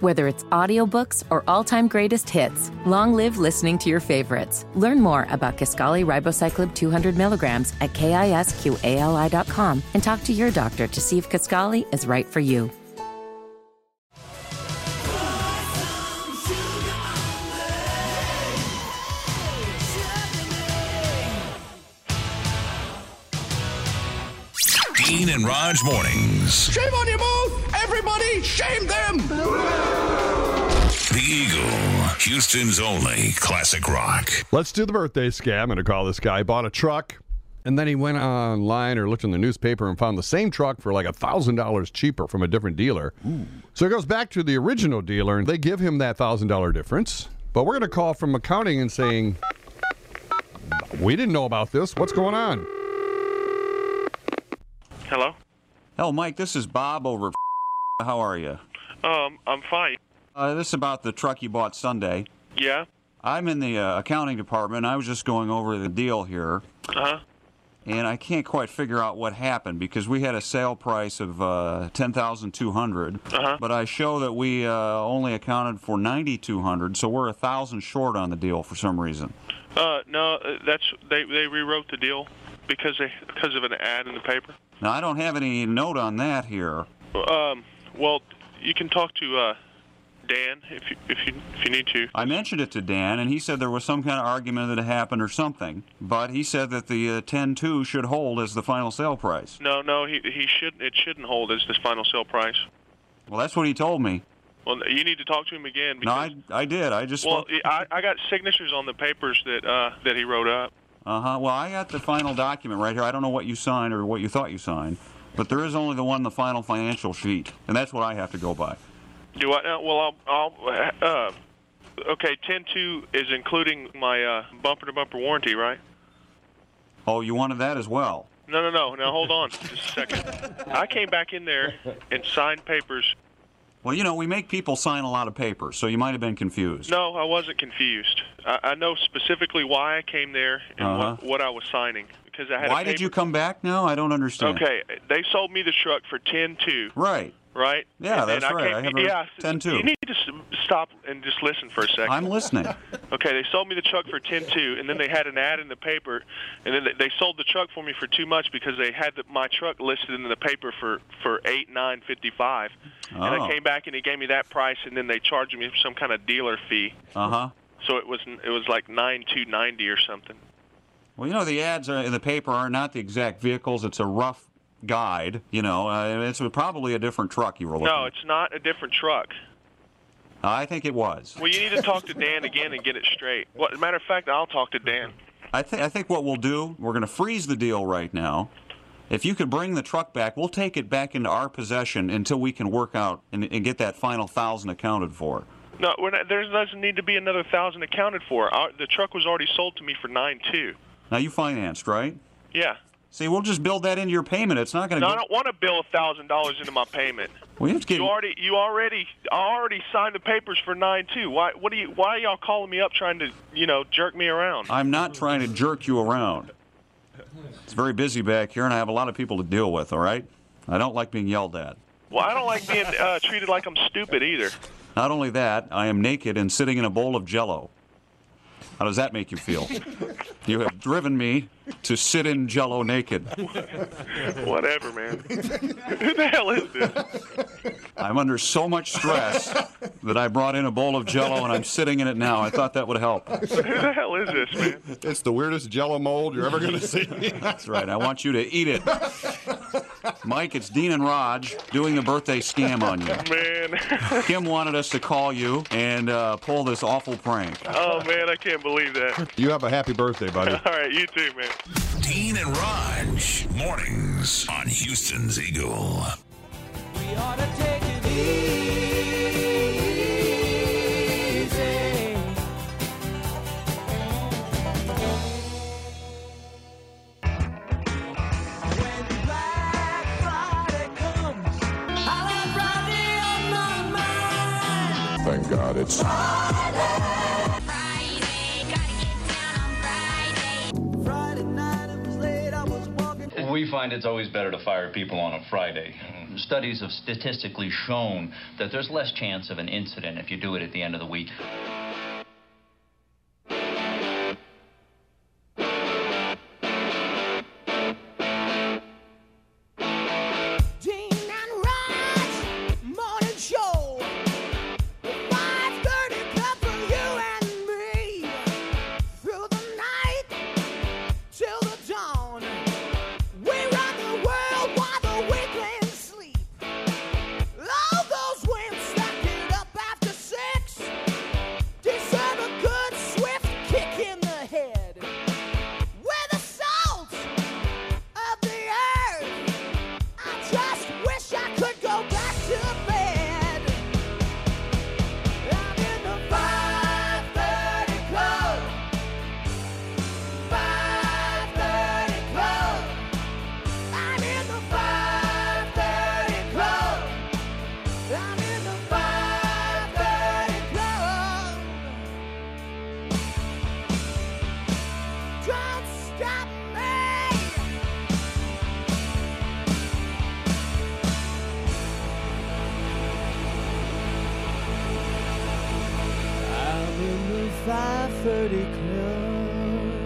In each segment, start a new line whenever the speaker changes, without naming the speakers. Whether it's audiobooks or all-time greatest hits, long live listening to your favorites. Learn more about Kaskali Ribocyclib 200 milligrams at kisqali.com and talk to your doctor to see if Kaskali is right for you.
Dean and Raj mornings.
Shame on you both! Everybody, shame them!
The Eagle, Houston's only classic rock.
Let's do the birthday scam. I'm going to call this guy. Bought a truck, and then he went online or looked in the newspaper and found the same truck for like a thousand dollars cheaper from a different dealer. So he goes back to the original dealer, and they give him that thousand dollar difference. But we're going to call from accounting and saying, "We didn't know about this. What's going on?"
Hello.
Hell, Mike, this is Bob over. at How are you?
Um, I'm fine.
Uh, this is about the truck you bought Sunday.
Yeah.
I'm in the uh, accounting department. I was just going over the deal here,
Uh huh.
and I can't quite figure out what happened because we had a sale price of uh, ten thousand two hundred,
Uh-huh.
but I show that we uh, only accounted for ninety two hundred, so we're a thousand short on the deal for some reason.
Uh, no, uh, that's they they rewrote the deal because they because of an ad in the paper.
Now I don't have any note on that here.
Um, well, you can talk to uh, Dan if you if you if you need to.
I mentioned it to Dan, and he said there was some kind of argument that had happened or something, but he said that the uh, ten two should hold as the final sale price.
No, no, he he should it shouldn't hold as this final sale price.
Well, that's what he told me.
Well, you need to talk to him again
No,
because
I, I did. I just
well, I I got signatures on the papers that uh that he wrote up.
uh huh. Well, I got the final document right here. I don't know what you signed or what you thought you signed, but there is only the one, the final financial sheet, and that's what I have to go by.
Do I? Uh, well, I'll. I'll uh, okay, ten two is including my uh bumper to bumper warranty, right?
Oh, you wanted that as well.
No, no, no. Now hold on, just a second. I came back in there and signed papers.
Well, you know, we make people sign a lot of papers, so you might have been confused.
No, I wasn't confused. I, I know specifically why I came there and what, what I was signing because I had. a
Uh-huh. Why did
paper-
you come back now? I don't understand.
Okay, they sold me the truck for ten two,
Right.
right?
Yeah,
and,
that's
and I
right.
Came,
I have a
yeah,
10-2.
You need to s- stop and just listen for a 2nd
I'm listening.
Okay, they sold me the truck for ten two, and then they had an ad in the paper, and then they, they sold the truck for me for too much because they had the, my truck listed in the paper for for eight nine fifty five, and
Oh.
I came back and they gave me that price, and then they charged me some kind of dealer fee,
Uh huh.
so it was it was like nine two ninety or something.
Well, you know, the ads are, in the paper are not the exact vehicles. It's a rough guide. You know, uh, it's probably a different truck you were looking.
No,
at.
it's not a different truck.
I think it was.
Well, you need to talk to Dan again and get it straight. Well, as a matter of fact, I'll talk to Dan.
I think I think what we'll do, we're going to freeze the deal right now. If you could bring the truck back, we'll take it back into our possession until we can work out and, and get that final thousand accounted for.
No, we're not, there doesn't need to be another thousand accounted for. Our, the truck was already sold to me for nine two.
Now you financed, right?
Yeah.
See, we'll just build that into your payment. It's not going to.
No, I don't want to bill a thousand dollars into my payment.
We have to get.
You already, you already, I already signed the papers for nine two. Why, what do you, why are y'all calling me up trying to, you know, jerk me around?
I'm not trying to jerk you around. It's very busy back here, and I have a lot of people to deal with. All right, I don't like being yelled at.
Well, I don't like being uh, treated like I'm stupid either.
Not only that, I am naked and sitting in a bowl of jello. How does that make you feel? you have driven me to sit in jello naked.
Whatever, man. Who the hell is this?
I'm under so much stress that I brought in a bowl of jello and I'm sitting in it now. I thought that would help.
Who the hell is this, man?
It's the weirdest Jello mold you're ever going to see.
That's right. I want you to eat it. Mike, it's Dean and Raj doing the birthday scam on you.
Man,
Kim wanted us to call you and uh, pull this awful prank.
oh man, I can't believe that.
you have a happy birthday, buddy.
All right, you too, man.
Dean and Raj mornings on Houston's Eagle.
Thank God it's
We find it's always better to fire people on a Friday. studies have statistically shown that there's less chance of an incident if you do it at the end of the week.
Dean and Rod's morning show. 5:30 club for you and me. Through the night till the dawn. We rock the world while the weekend sleep. All those wimps that get up after six deserve a good swift kick in the head. We're the salt of the earth. I just wish I could go back to bed. I'm in the 5:30 club. 5:30 club. I'm in the 5:30 club. I'm in the 5:30 club. Don't stop me.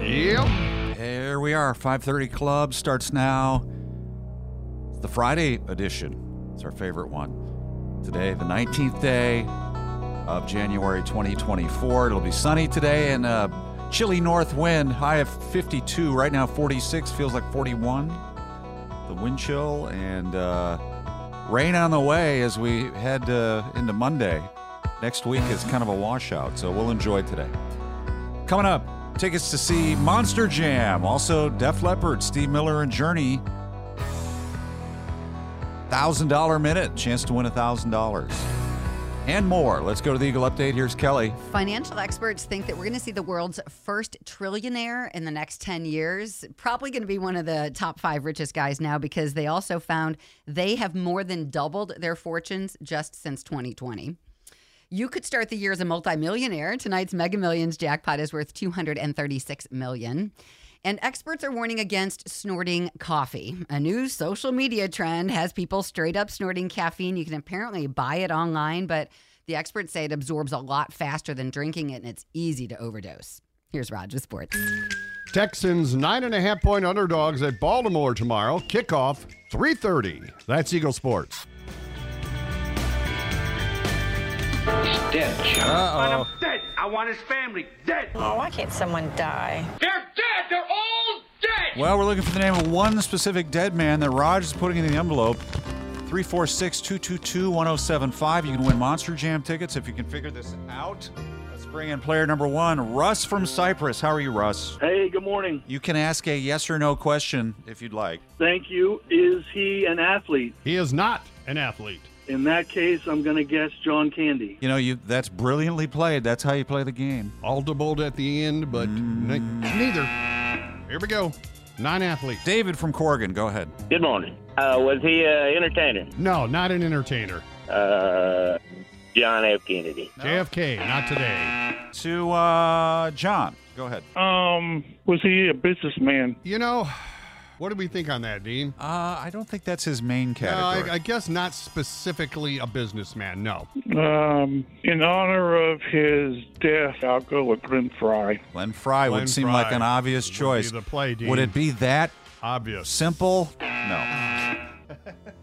Yep.
Here we are. 5:30 Club starts now. It's the Friday edition. It's our favorite one. Today, the 19th day of January 2024. It'll be sunny today and a chilly north wind. High of 52. Right now, 46. Feels like 41. The wind chill and uh, rain on the way as we head uh, into Monday. Next week is kind of a washout, so we'll enjoy today. Coming up, tickets to see Monster Jam, also Def Leppard, Steve Miller, and Journey. Thousand dollar minute, chance to win a thousand dollars, and more. Let's go to the Eagle Update. Here's Kelly.
Financial experts think that we're going to see the world's first trillionaire in the next 10 years. Probably going to be one of the top five richest guys now because they also found they have more than doubled their fortunes just since 2020. You could start the year as a multimillionaire. Tonight's Mega Millions jackpot is worth 236 million. And experts are warning against snorting coffee. A new social media trend has people straight up snorting caffeine. You can apparently buy it online, but the experts say it absorbs a lot faster than drinking it and it's easy to overdose. Here's Raj with sports.
Texans nine and a half point underdogs at Baltimore tomorrow. Kickoff three thirty. That's Eagle Sports. Uh oh.
Dead! I want his family dead!
Oh, why can't someone die?
They're dead! They're all dead!
Well, we're looking for the name of one specific dead man that Raj is putting in the envelope. 346 222 1075. You can win Monster Jam tickets if you can figure this out. Let's bring in player number one, Russ from Cyprus. How are you, Russ?
Hey, good morning.
You can ask a yes or no question if you'd like.
Thank you. Is he an athlete?
He is not an athlete.
In that case, I'm going to guess John Candy.
You know, you that's brilliantly played. That's how you play the game. Mm.
Aldebled at the end, but ne- neither. Here we go. Non athlete.
David from Corgan, go ahead.
Good morning. Uh, was he an entertainer?
No, not an entertainer.
Uh, John F. Kennedy.
JFK, not today.
To uh, John, go ahead.
Um, was he a businessman?
You know, what do we think on that, Dean?
Uh, I don't think that's his main
No, I,
category.
I guess not specifically a businessman. No.
Um, in honor of his death, I'll go with Glenn Fry.
Glenn Fry
Glenn
would seem
Fry
like an obvious
would be
choice.
the play, Dean.
Would it be that
Obvious.
simple? No.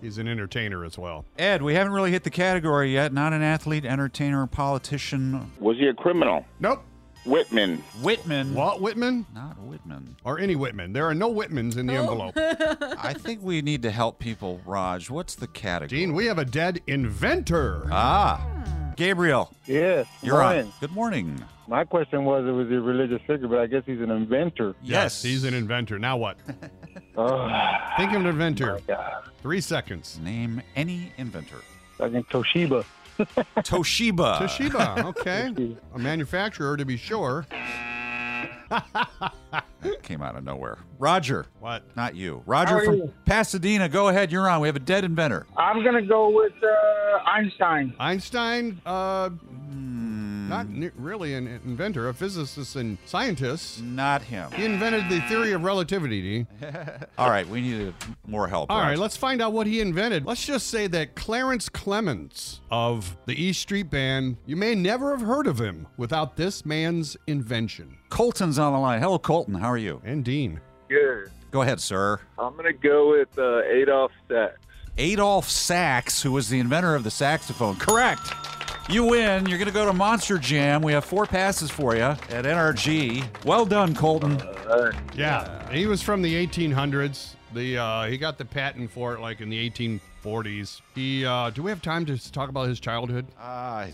He's an entertainer as well.
Ed, we haven't really hit the category yet. Not an athlete, entertainer, politician.
Was he a criminal?
Nope.
Whitman.
Whitman.
Walt Whitman
Not Whitman.
or any Whitman. There are no Whitmans in the envelope.
I think we need to help people, Raj. What's the category?
Dean, we have a dead inventor.
Ah. Gabriel,
Yes.
you're on. Good morning.
My question was, was he a religious figure? But I guess he's an inventor.
He's an inventor. Now what? Think of an inventor. Three seconds.
Name any inventor.
Like in Toshiba.
Toshiba.
Toshiba, okay. a manufacturer to be sure.
Came out of nowhere. Roger.
What?
Not you. Roger from Pasadena. Go ahead. You're on. We have a dead inventor.
I'm going to go with uh, Einstein.
Einstein, uh, Not ne- really an inventor, a physicist and scientist.
Not him.
He invented the theory of relativity.
All right, we needed more help.
All right,
Roger.
let's find out what he invented. Let's just say that Clarence Clemens of the East Street Band, you may never have heard of him without this man's invention.
Colton's on the line. Hello, Colton. How are you?
And Dean.
Good.
Go ahead, sir.
I'm gonna go with uh, Adolf Sachs.
Adolf Sachs, who was the inventor of the saxophone. Correct. You win. You're going to go to Monster Jam. We have four passes for you at NRG. Well done, Colton.
Yeah, he was from the 1800s. The uh, he got the patent for it like in the 1840s. He uh, do we have time to s- talk about his childhood?
Uh,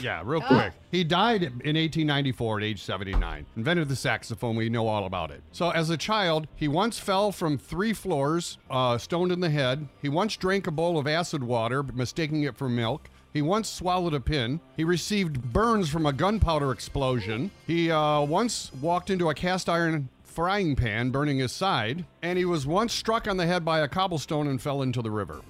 yeah, real quick. He died in 1894 at age 79. Invented the saxophone. We know all about it. So as a child, he once fell from three floors, uh, stoned in the head. He once drank a bowl of acid water, mistaking it for milk. He once swallowed a pin. He received burns from a gunpowder explosion. He uh, once walked into a cast iron frying pan burning his side. And he was once struck on the head by a cobblestone and fell into the river.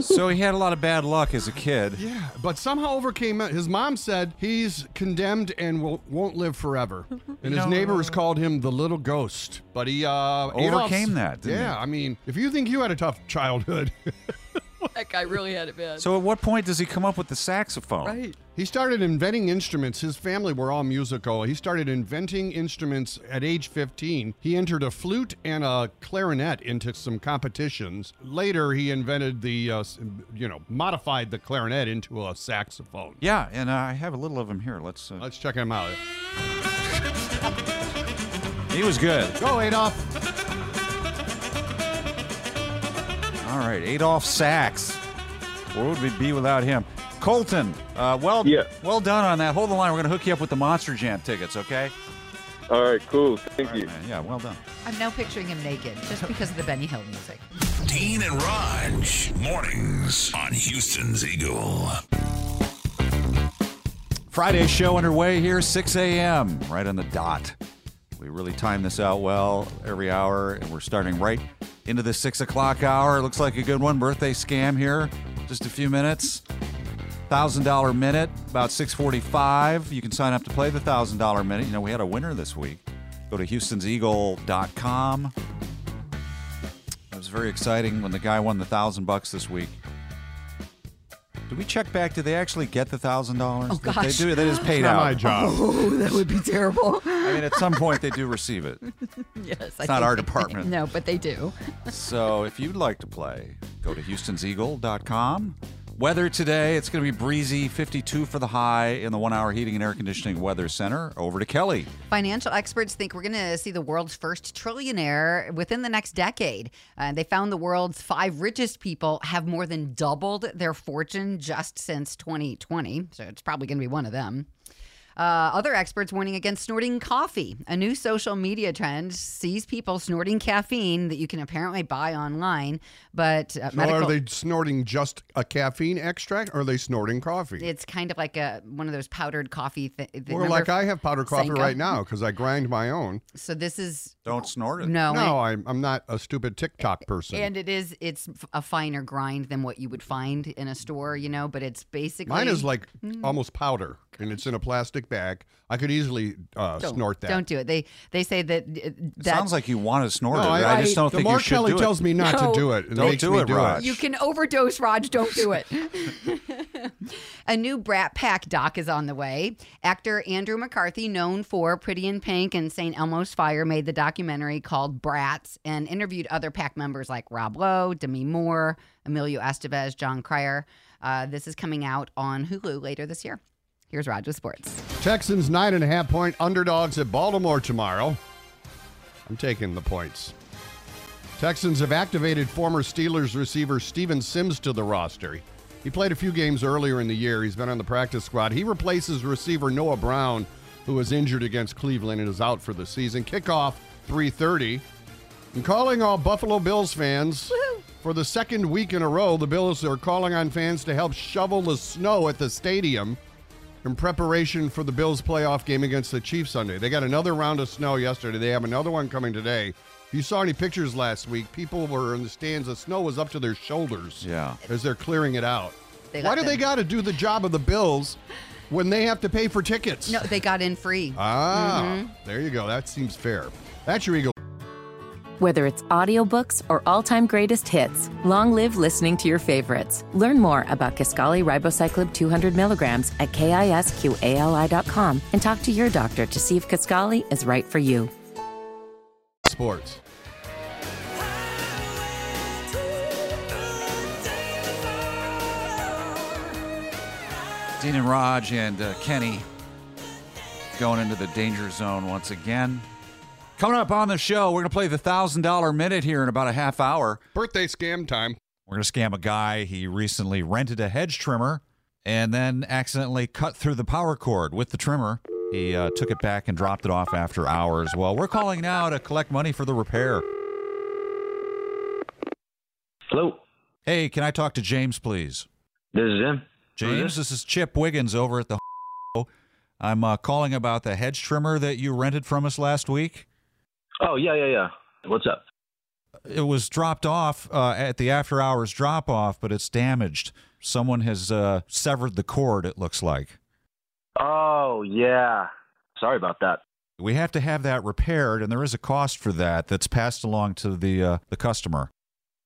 so he had a lot of bad luck as a kid.
Yeah, but somehow overcame it. His mom said he's condemned and will, won't live forever. And his
No.
neighbors called him the little ghost. But he uh, Adolf's-
Overcame that, didn't
yeah,
he?
I mean, if you think you had a tough childhood,
That guy really had it bad. Oh.
So at what point does he come up with the saxophone?
He started inventing instruments. His family were all musical. He started inventing instruments at age 15. He entered a flute and a clarinet into some competitions. Later, he invented the, uh, s- you know, modified the clarinet into a saxophone.
Yeah, and uh, I have a little of him here. Let's uh,
let's check him out.
He was good.
Go, Adolf.
All right, Adolf Sachs. Where would we be without him? Colton, uh, well, well done on that. Hold the line. We're going to hook you up with the Monster Jam tickets, okay?
All right, cool. Thank
you. Yeah, well done.
I'm now picturing him naked just because of the Benny Hill music.
Dean and Raj, mornings on Houston's Eagle.
Friday show underway here, 6 a.m., right on the dot. We really time this out well every hour, and we're starting right into the 6 o'clock hour. Looks like a good one. Birthday scam here, just a few minutes. $1,000 minute, about 645. You can sign up to play the $1,000 minute. You know, we had a winner this week. Go to houstonseagle.com. It was very exciting when the guy won the 1000 bucks this week. Did we check back? Did they actually get the thousand dollars?
Oh,
They
gosh.
do. That is
It's
paid
not
out.
my job. Oh, that would be terrible.
I mean, at some point they do receive it.
yes, it's
not our department.
no, but they do.
So if you'd like to play, go to houstonseagle.com. Weather today, it's going to be breezy, 52 for the high in the one hour heating and air conditioning weather center. Over to Kelly.
Financial experts think we're going to see the world's first trillionaire within the next decade. Uh, they found the world's five richest people have more than doubled their fortune just since 2020. So it's probably going to be one of them. Uh, other experts warning against snorting coffee. A new social media trend sees people snorting caffeine that you can apparently buy online. But uh,
So
medical-
are they snorting just a caffeine extract or are they snorting coffee?
It's kind of like a one of those powdered coffee. Th- th-
Or
remember-
like I have powdered coffee
Senka?
right now because I grind my own.
So this is
Don't snort
it. No,
No, I'm, I'm not a stupid TikTok person.
And it is, it's f- a finer grind than what you would find in a store, you know, but it's basically. Mm.
Mine
Hmm.
is like almost powder and it's in a plastic bag. I could easily uh,
Don't-
snort that.
Don't do it. They they say that. uh,
It
that
sounds like you want to snort
No,
it.
I-
I, just don't
the
think
more
you should
Kelly
do it.
tells me not to
No.
do it, it
don't
makes
do
me
it,
do it.
Raj.
You can overdose, Raj. Don't do it. a new Brat Pack doc is on the way. Actor Andrew McCarthy, known for Pretty in Pink and St. Elmo's Fire, made the documentary called Brats and interviewed other pack members like Rob Lowe, Demi Moore, Emilio Estevez, John Cryer. Uh, this is coming out on Hulu later this year. Here's Raj with sports.
Texans nine and a half point underdogs at Baltimore tomorrow. I'm taking the points. Texans have activated former Steelers receiver Steven Sims to the roster. He played a few games earlier in the year. He's been on the practice squad. He replaces receiver Noah Brown, who was injured against Cleveland and is out for the season. Kickoff 3:30. And calling all Buffalo Bills fans for the second week in a row, the Bills are calling on fans to help shovel the snow at the stadium in preparation for the Bills playoff game against the Chiefs Sunday. They got another round of snow yesterday. They have another one coming today. If you saw any pictures last week, people were in the stands. The snow was up to their shoulders.
Yeah.
As they're clearing it out.
They
Why
let
do they
them-
got to do the job of the Bills when they have to pay for tickets.
No, they got in free.
Ah,
Mhm.
there you go. That seems fair. That's your Eagle.
Whether it's audiobooks or all-time greatest hits, long live listening to your favorites. Learn more about Kaskali Ribocyclib 200 milligrams at kisqali.com and talk to your doctor to see if Kaskali is right for you.
Sports.
Dean and Raj and uh, Kenny going into the danger zone once again. Coming up on the show, we're going to play the $1,000 minute here in about a half hour.
Birthday scam time.
We're going to scam a guy. He recently rented a hedge trimmer and then accidentally cut through the power cord with the trimmer. He uh, took it back and dropped it off after hours. Well, we're calling now to collect money for the repair.
Hello.
Hey, can I talk to James, please?
This is him.
James, this is Chip Wiggins over at the. I'm uh, calling about the hedge trimmer that you rented from us last week.
Oh yeah, yeah, yeah. What's up?
It was dropped off uh, at the after hours drop off, but it's damaged. Someone has uh, severed the cord. It looks like.
Oh yeah. Sorry about that.
We have to have that repaired, and there is a cost for that that's passed along to the uh, the customer.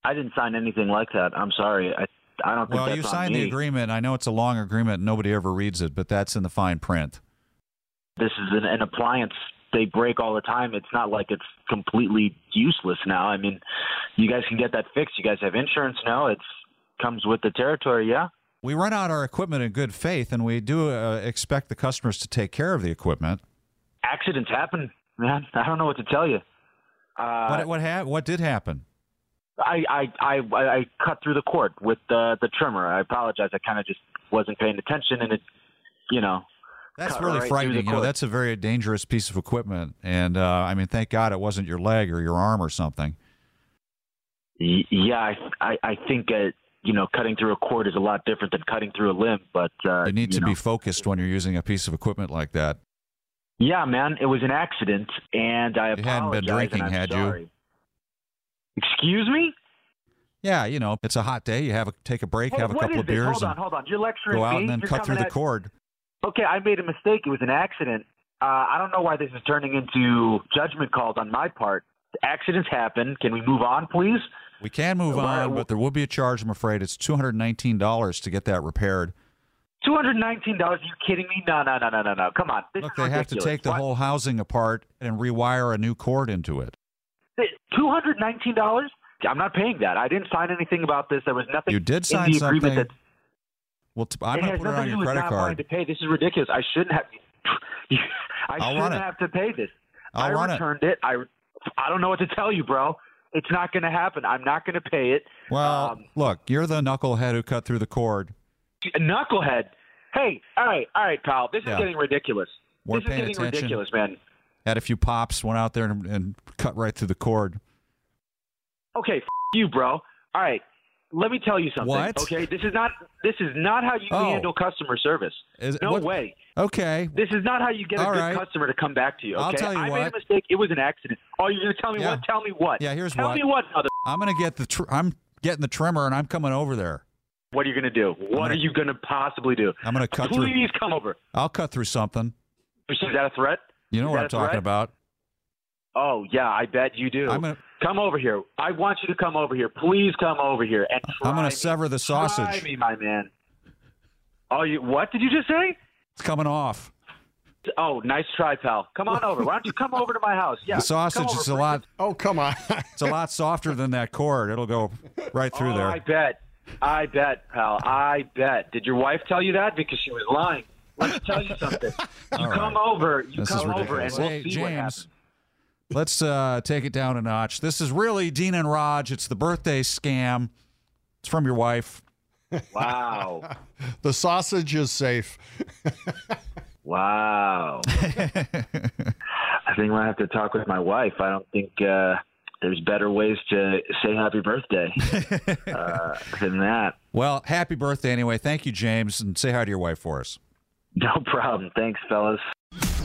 I didn't sign anything like that. I'm sorry. I I don't think
Well,
that's
you
on
signed
me.
the agreement. I know it's a long agreement. Nobody ever reads it, but that's in the fine print.
This is an, an appliance. They break all the time. It's not like it's completely useless now. I mean, you guys can get that fixed. You guys have insurance now. It's comes with the territory. Yeah.
We rent out our equipment in good faith, and we do uh, expect the customers to take care of the equipment.
Accidents happen, man. I don't know what to tell you. Uh,
what what ha- what did happen?
I, I, I, I cut through the cord with the the trimmer. I apologize. I kind of just wasn't paying attention, and it, you know,
That's
cut
really
right through
frightening.
the
You know,
cord.
that's a very dangerous piece of equipment, and uh, I mean, thank God it wasn't your leg or your arm or something.
Y- yeah. I, I, I think uh, you know, cutting through a cord is a lot different than cutting through a limb. But uh,
You need
you
to
know.
be focused when you're using a piece of equipment like that.
Yeah, man, it was an accident, and I
You
apologize.
hadn't been drinking,
and I'm
had
sorry.
you?
Excuse me.
Yeah, you know, it's a hot day. You have a, take a break,
Hey,
have a
what
couple
is
of
this?
beers,
Hold on, hold on. You're
and
lecturing
go out
me.
and then
You're
cut through
coming
the
at-
cord.
Okay, I made a mistake. It was an accident. Uh, I don't know why this is turning into judgment calls on my part. Accidents happen. Can we move on, please?
We can move on, Uh, but there will be a charge. I'm afraid it's two hundred nineteen dollars to get that repaired.
Two hundred nineteen dollars? Are you kidding me? No, no, no, no, no, no. Come on. This
Look,
is
they have to take the whole housing apart and rewire a new cord into it.
Two hundred nineteen dollars? I'm not paying that. I didn't sign anything about this. There was nothing.
You did sign
in the
something.
agreement that
well, t- I'm
it
going to
has
put it
nothing
on
to do
your
with
credit
not wanting
card.
To pay. This is ridiculous. I shouldn't have. I
I'll run
shouldn't
it.
have to pay this.
I'll
I
run it.
returned it. I I don't know what to tell you, bro. It's not going to happen. I'm not going to pay it.
Well,
Um,
look, you're the knucklehead who cut through the cord.
Knucklehead. Hey, all right, all right, pal. This
Yeah.
is getting ridiculous.
Weren't
this is
paying
getting
attention.
ridiculous, man.
Had a few pops, went out there and, and cut right through the cord.
Okay, f- you, bro. All right. Let me tell you something.
What?
Okay, this is not this is not how you
Oh.
handle customer service.
Is-
no
what-
way.
Okay.
This is not how you get a
All
good
right.
customer to come back to you. Okay,
I'll tell you
I made
what.
a mistake. It was an accident. Oh, you're gonna tell me
Yeah.
what? Tell me what?
Yeah, here's
tell
what.
me what. Other.
I'm going to get the tr- I'm getting the trimmer and I'm coming over there.
What are you gonna do? What are you gonna possibly do?
I'm going to cut through.
Please come over.
I'll cut through something.
Is that a threat?
You know
Is
what
that
I'm
a
talking
threat?
about.
Oh yeah, I bet you do.
I'm gonna-
come over here. I want you to come over here. Please come over here and
I'm
try
going
me.
to sever the
Try
sausage.
me, my man. Oh, you what did you just say?
It's coming off.
Oh, nice try, pal. Come on over. Why don't you come over to my house? Yeah,
the sausage
come over.
is a lot.
Oh come on!
it's a lot softer than that cord. It'll go right through
Oh,
there.
I bet. I bet, pal. I bet. Did your wife tell you that? Because she was lying. Let me tell you something. You
All
come over. You
This is
come over, and
ridiculous.
we'll
Hey,
see what happens.
James, let's uh, take it down a notch. This is really Dean and Raj. It's the birthday scam. It's from your wife.
Wow.
The sausage is safe.
Wow. I think I have to talk with my wife. I don't think uh, there's better ways to say happy birthday uh, than that.
Well, happy birthday anyway. Thank you, James, and say hi to your wife for us.
No problem. Thanks, fellas.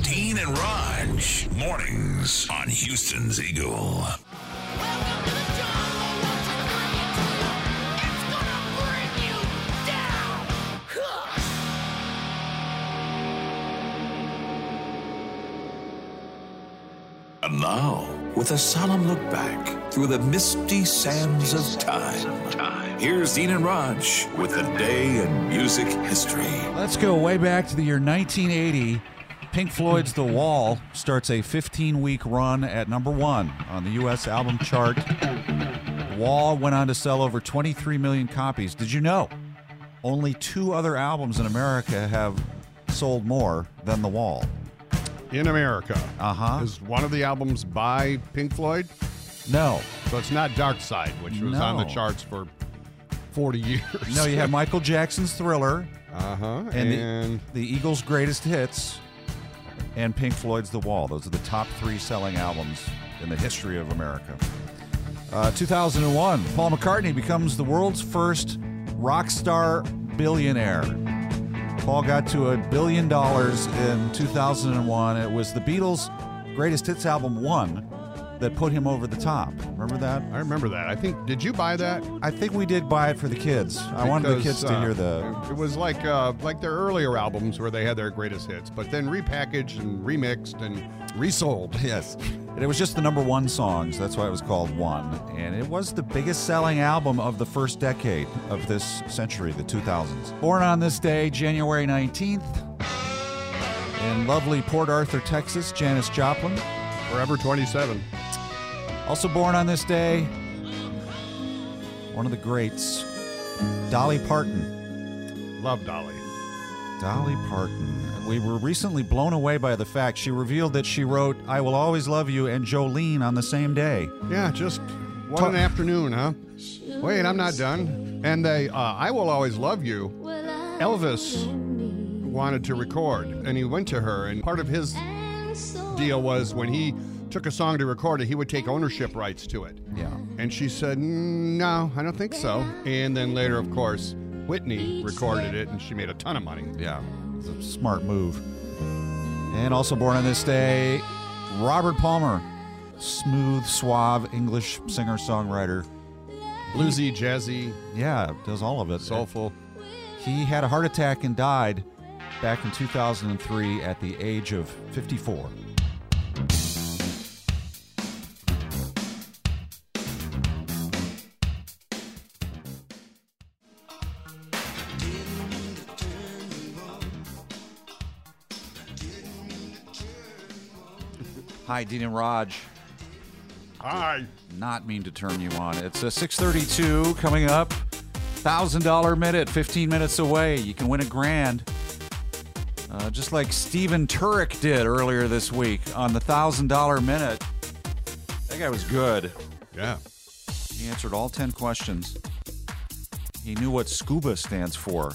Dean and Raj, mornings on Houston's Eagle. And now, with a solemn look back through the misty sands of time, here's Dean and Raj with the day in music history.
Let's go way back to the year 1980. Pink Floyd's The Wall starts a 15 week run at number one on the U.S. album chart. The Wall went on to sell over 23 million copies. Did you know? Only two other albums in America have sold more than The Wall.
In America.
Uh huh.
Is one of the albums by Pink Floyd?
No.
So it's not Dark Side, which was on the
No.
charts for 40 years.
No, you have Michael Jackson's Thriller.
Uh huh.
and, the-
And-
the, Eagles' greatest hits, and Pink Floyd's "The Wall." Those are the top three selling albums in the history of America. Uh, 2001, Paul McCartney becomes the world's first rock star billionaire. Paul got to a billion dollars in 2001. It was the Beatles' greatest hits album one that put him over the top. Remember that?
I remember that. I think did you buy that?
I think we did buy it for the kids. I wanted the
Because,
kids to
uh,
hear the
It was like uh, like their earlier albums where they had their greatest hits, but then repackaged and remixed and resold.
Yes. And it was just the number one songs. That's why it was called One. And it was the biggest selling album of the first decade of this century, the 2000s. Born on this day, January 19th, in lovely Port Arthur, Texas, Janis Joplin.
Forever 27.
Also born on this day, one of the greats, Dolly Parton.
Love Dolly.
Dolly Parton. We were recently blown away by the fact she revealed that she wrote I Will Always Love You and Jolene on the same day.
Yeah, just one
Ta-
an afternoon, huh? Wait, I'm not done. And they, uh, I will always love you. Elvis wanted to record, and he went to her, and part of his deal was when he took a song to record it, he would take ownership rights to it.
Yeah.
And she said, "Mm, No, I don't think so. And then later, of course, Whitney recorded it, and she made a ton of money.
Yeah, it's a smart move. And also born on this day, Robert Palmer, smooth, suave English singer songwriter.
Bluesy, jazzy,
Yeah, does all of it.
soulful.
He had a heart attack and died back in 2003 at the age of 54. Hi, Dean and Raj.
Hi.
Not mean to turn you on. It's a 6:32 coming up. Thousand dollar minute, 15 minutes away. You can win a grand, uh, just like Steven Turek did earlier this week on the thousand dollar minute. That guy was good.
Yeah.
He answered all 10 questions. He knew what scuba stands for.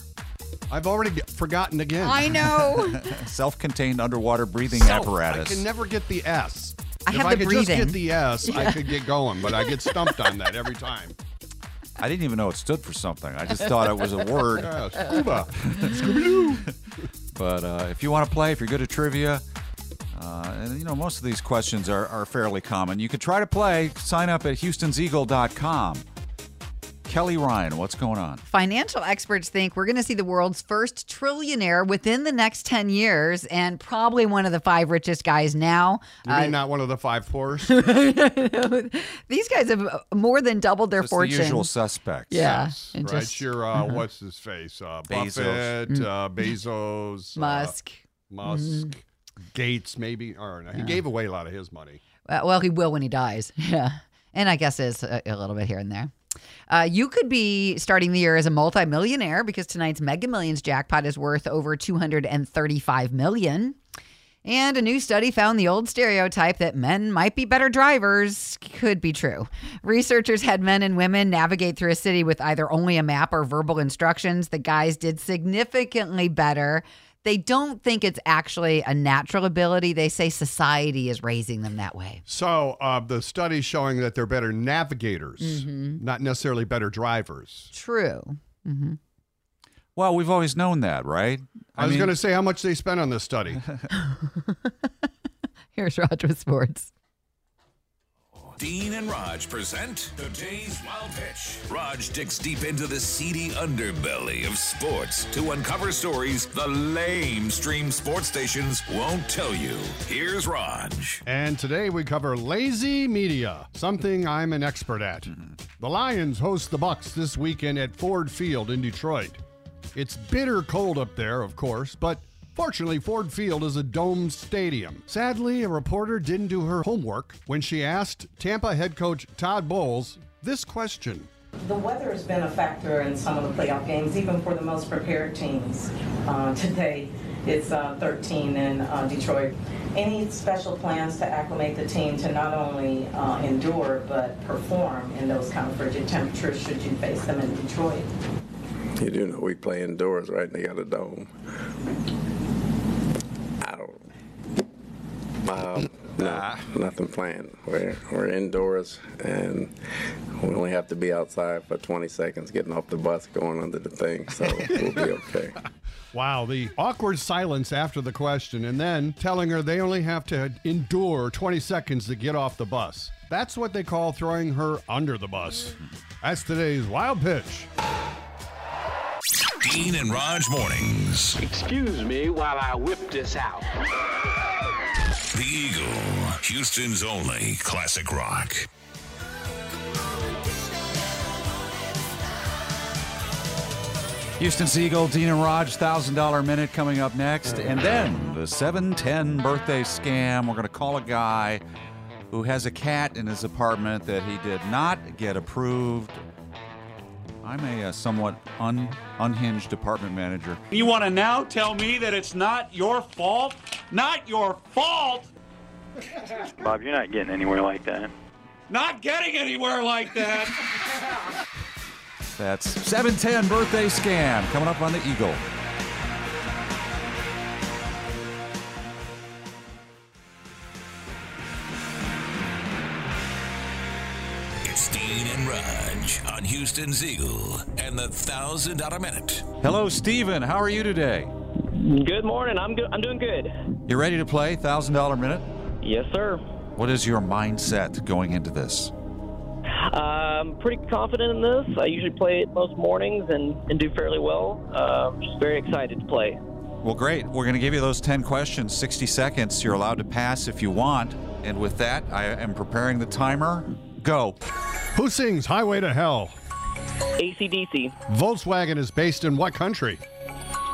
I've already g- forgotten again.
I know.
Self-contained underwater breathing
Self.
apparatus.
I can never get the S.
I
if
have
I
the
could just
breathing.
get the S, I could get going, but I get stumped on that every time.
I didn't even know it stood for something. I just thought it was a word.
Yeah, scuba. Scooby-Doo.
But uh, if you want to play, if you're good at trivia, uh, and you know most of these questions are, are fairly common. You could try to play. Sign up at Houston'sEagle.com. Kelly Ryan, what's going on?
Financial experts think we're going to see the world's first trillionaire within the next 10 years and probably one of the five richest guys now. Uh,
You mean not one of the five fours?
These guys have uh, more than doubled their
Just
fortune.
the usual suspects.
yeah. and
right?
just uh-huh. Mm.
Your uh, what's his face? Uh,
Bezos.
Buffett, uh, Bezos, uh,
Musk.
Musk, Gates, maybe. Or no, he gave away a lot of his money.
Uh, well, he will when he dies. Yeah. And I guess it's uh, a, a little bit here and there. Uh, you could be starting the year as a multimillionaire because tonight's Mega Millions jackpot is worth over 235 million. And a new study found the old stereotype that men might be better drivers could be true. Researchers had men and women navigate through a city with either only a map or verbal instructions. The guys did significantly better. They don't think it's actually a natural ability. They say society is raising them that way.
So uh, the study showing that they're better navigators,
Mm-hmm.
Mm-hmm.
not necessarily better drivers.
True. hmm
Well, we've always known that, right?
I, was
mean,
going to say how much they spent on this study.
Here's Roger with Sports.
Dean and Raj present today's wild pitch. Raj digs deep into the seedy underbelly of sports to uncover stories the lame stream sports stations won't tell you. Here's Raj.
And today we cover lazy media, something I'm an expert at.
Mm-hmm.
The Lions host the Bucks this weekend at Ford Field in Detroit. It's bitter cold up there, of course, but fortunately Ford Field is a domed stadium. Sadly, a reporter didn't do her homework when she asked Tampa head coach Todd Bowles this question.
The weather has been a factor in some of the playoff games, even for the most prepared teams. Uh, today, it's uh, 13 in uh, Detroit. Any special plans to acclimate the team to not only uh, endure but perform in those kind of frigid temperatures should you face them in Detroit?
You do know we play indoors, right? And they got a dome. I don't. Um, no, nothing planned. We're, we're indoors and we only have to be outside for 20 seconds getting off the bus, going under the thing. So we'll be okay.
Wow, the awkward silence after the question, and then telling her they only have to endure 20 seconds to get off the bus. That's what they call throwing her under the bus. That's today's wild pitch.
Dean and Raj mornings.
Excuse me while I whip this out.
The Eagle, Houston's only classic rock.
Houston's Eagle, Dean and Raj, $1,000 minute coming up next. And then the 710 birthday scam. We're going to call a guy who has a cat in his apartment that he did not get approved. I'm a, uh, somewhat un, unhinged apartment manager.
You want to now tell me that it's not your fault? Not your fault!
Bob, you're not getting anywhere like that.
Not getting anywhere like that!
That's 710 birthday scam coming up on the Eagle.
It's Dean and Raj on Houston's Eagle and the Thousand Dollar Minute.
Hello, Steven. How are you today?
Good morning. I'm good. I'm doing good.
You ready to play $1,000 minute?
Yes, sir.
What is your mindset going into this?
I'm pretty confident in this. I usually play it most mornings and, and do fairly well. Uh, just very excited to play.
Well, great. We're going to give you those 10 questions, 60 seconds. You're allowed to pass if you want. And with that, I am preparing the timer. Go.
Who sings Highway to Hell?
ACDC,
Oh, Volkswagen is based in what country?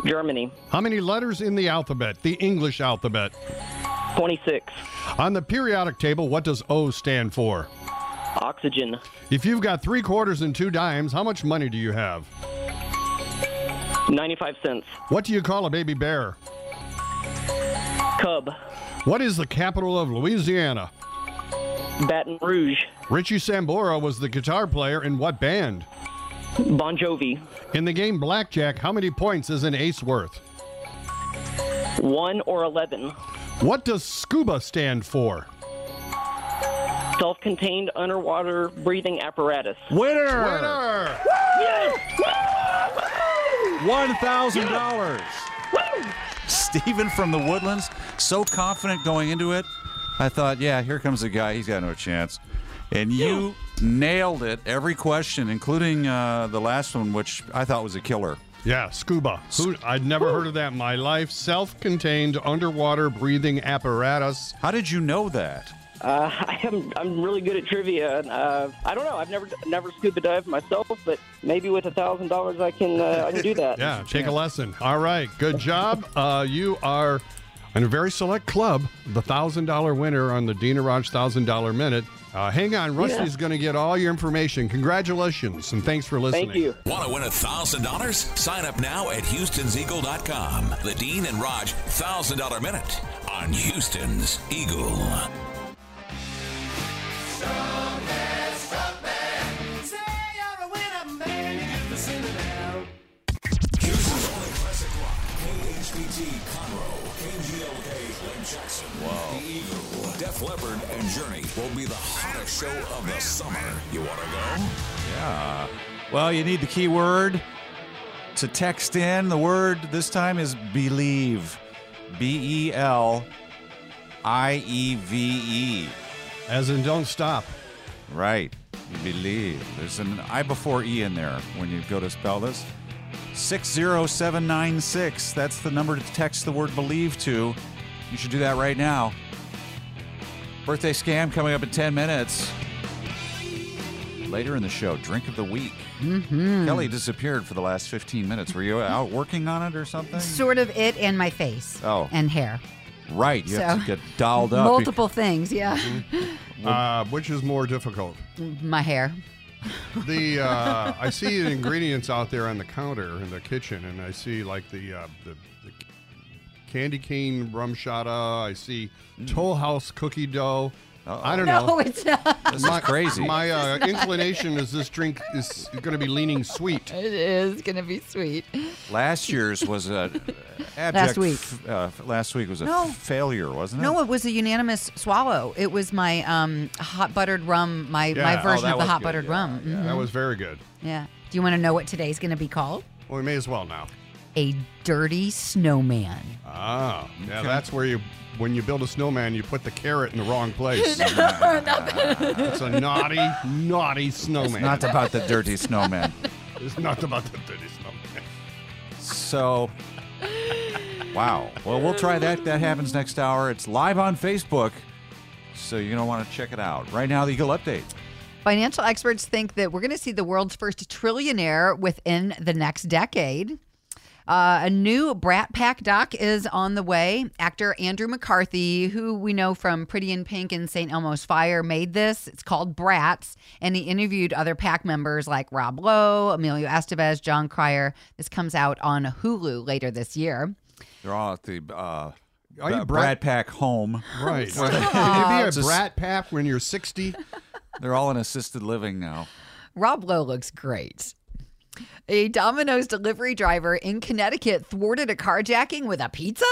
Germany,
How many letters in the alphabet, the English alphabet?
26,
On the periodic table, what does O stand for?
Oxygen,
If you've got three quarters and two dimes, how much money do you have?
95 cents,
What do you call a baby bear?
Cub,
What is the capital of Louisiana?
Baton Rouge,
Richie Sambora was the guitar player in what band?
Bon Jovi,
In the game Blackjack, how many points is an ace worth?
1 or 11,
What does scuba stand for?
self contained underwater breathing apparatus.
Winner!
Winner!
$1,000. Steven from the Woodlands, so confident going into it. I thought, yeah, here comes the guy. He's got no chance. And you nailed it every question, including uh, the last one, which I thought was a killer.
Yeah, scuba. Who, I'd never heard of that in my life. Self contained underwater breathing apparatus.
How did you know that?
Uh, I am, I'm really good at trivia. and, Uh, I don't know. I've never never scuba dived myself, but maybe with a thousand dollars, I can uh, I can do that.
Yeah, take a lesson. All right, good job. Uh, you are in a very select club, the $1,000 winner on the Dina Raj $1,000 Minute. Uh, hang on, Rusty's going to get all your information. Congratulations, and thanks for listening.
Want to win $1,000? Sign up now at Houston'sEagle.com. The Dean and Raj $1,000 Minute on Houston's Eagle. KHBT Conroe, KGLK Lake Jackson, wow. The Eagle, Def Leppard, and Journey will be the hottest show of the summer. You want to go?
Yeah. Well, you need the key word to text in. The word this time is believe. B E L I E V E.
As in don't stop.
Right. You believe. There's an I before E in there when you go to spell this. 60796. That's the number to text the word believe to. You should do that right now. Birthday scam coming up in 10 minutes. Later in the show, drink of the week.
Mm-hmm.
Kelly disappeared for the last 15 minutes. Were you out working on it or something?
Sort of it and my face
Oh.
and hair.
Right. You have to
So,
get dolled up.
Multiple things, yeah.
Uh, which is more difficult?
Mm-hmm.
my hair.
The uh, I see the ingredients out there on the counter in the kitchen, and I see like the uh, the, the candy cane rum shata. I see
Mm.
Toll House cookie dough. I don't know.
No, it's not.
This is crazy.
My uh,
This is not
inclination is this drink is going to be leaning sweet.
It is going to be sweet.
Last year's was a abject
Last week.
f- uh, f- last week was a
No.
f- failure, wasn't it?
No, it was a unanimous swallow. It was my um, hot buttered rum, my,
Yeah.
my
Oh,
version
that
of the
was
hot
good.
buttered rum.
Yeah,
Mhm.
That was very good.
Yeah. Do you want to know what today's going to be called?
Well, we may as well now.
A dirty snowman.
Ah, yeah, that's where you when you build a snowman, you put the carrot in the wrong place. it's a naughty, naughty snowman.
It's not about the dirty snowman.
It's not about the dirty snowman.
So, wow. Well, we'll try that. That happens next hour. It's live on Facebook, so you're gonna want to check it out. Right now, the Eagle Update.
Financial experts think that we're going to see the world's first trillionaire within the next decade. Uh, a new Brat Pack doc is on the way. Actor Andrew McCarthy, who we know from Pretty in Pink and St. Elmo's Fire, made this. It's called Brats, and he interviewed other pack members like Rob Lowe, Emilio Estevez, John Cryer. This comes out on Hulu later this year.
They're all at the uh,
Are you
Bra-
brat-
Brad Pack home.
Right.
Well,
Can you be a
Just-
brat pap when you're 60?
They're all in assisted living now.
Rob Lowe looks great. A Domino's delivery driver in Connecticut thwarted a carjacking with a pizza?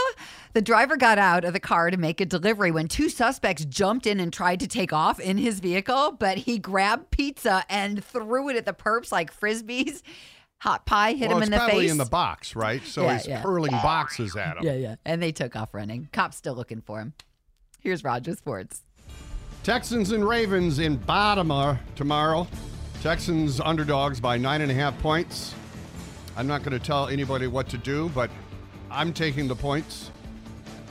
The driver got out of the car to make a delivery when two suspects jumped in and tried to take off in his vehicle, but he grabbed pizza and threw it at the perps like frisbees. Hot pie hit
well,
him
it's
in the
probably
face.
in the box, right? So
Yeah,
he's
yeah.
hurling boxes at him.
yeah, yeah. And they took off running. Cops still looking for him. Here's Roger Sports.
Texans and Ravens in Baltimore tomorrow. Texans underdogs by nine and a half points. I'm not going to tell anybody what to do, but I'm taking the points.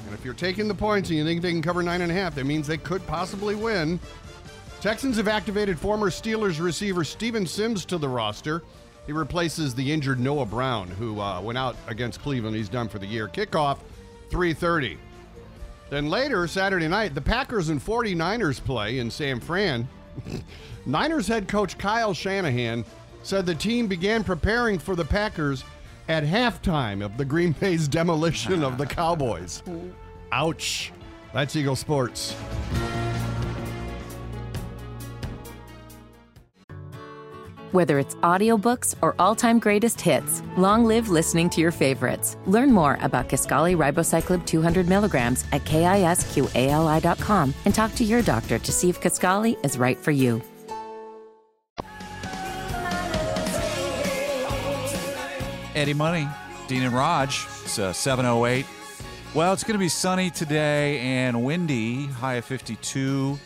And if you're taking the points and you think they can cover nine and a half, that means they could possibly win. Texans have activated former Steelers receiver Steven Sims to the roster. He replaces the injured Noah Brown, who uh, went out against Cleveland. He's done for the year. Kickoff, 3:30. Then later, Saturday night, the Packers and 49ers play in San Fran. Niners head coach Kyle Shanahan said the team began preparing for the Packers at halftime of the Green Bay's demolition of the Cowboys. Ouch. That's Eagle Sports.
Whether it's audiobooks or all-time greatest hits, long live listening to your favorites. Learn more about Kaskali Ribocyclib 200 milligrams at kisqali.com and talk to your doctor to see if Kaskali is right for you.
Eddie Money, Dean and Raj. It's uh, 708. Well, it's going to be sunny today and windy, high of 52.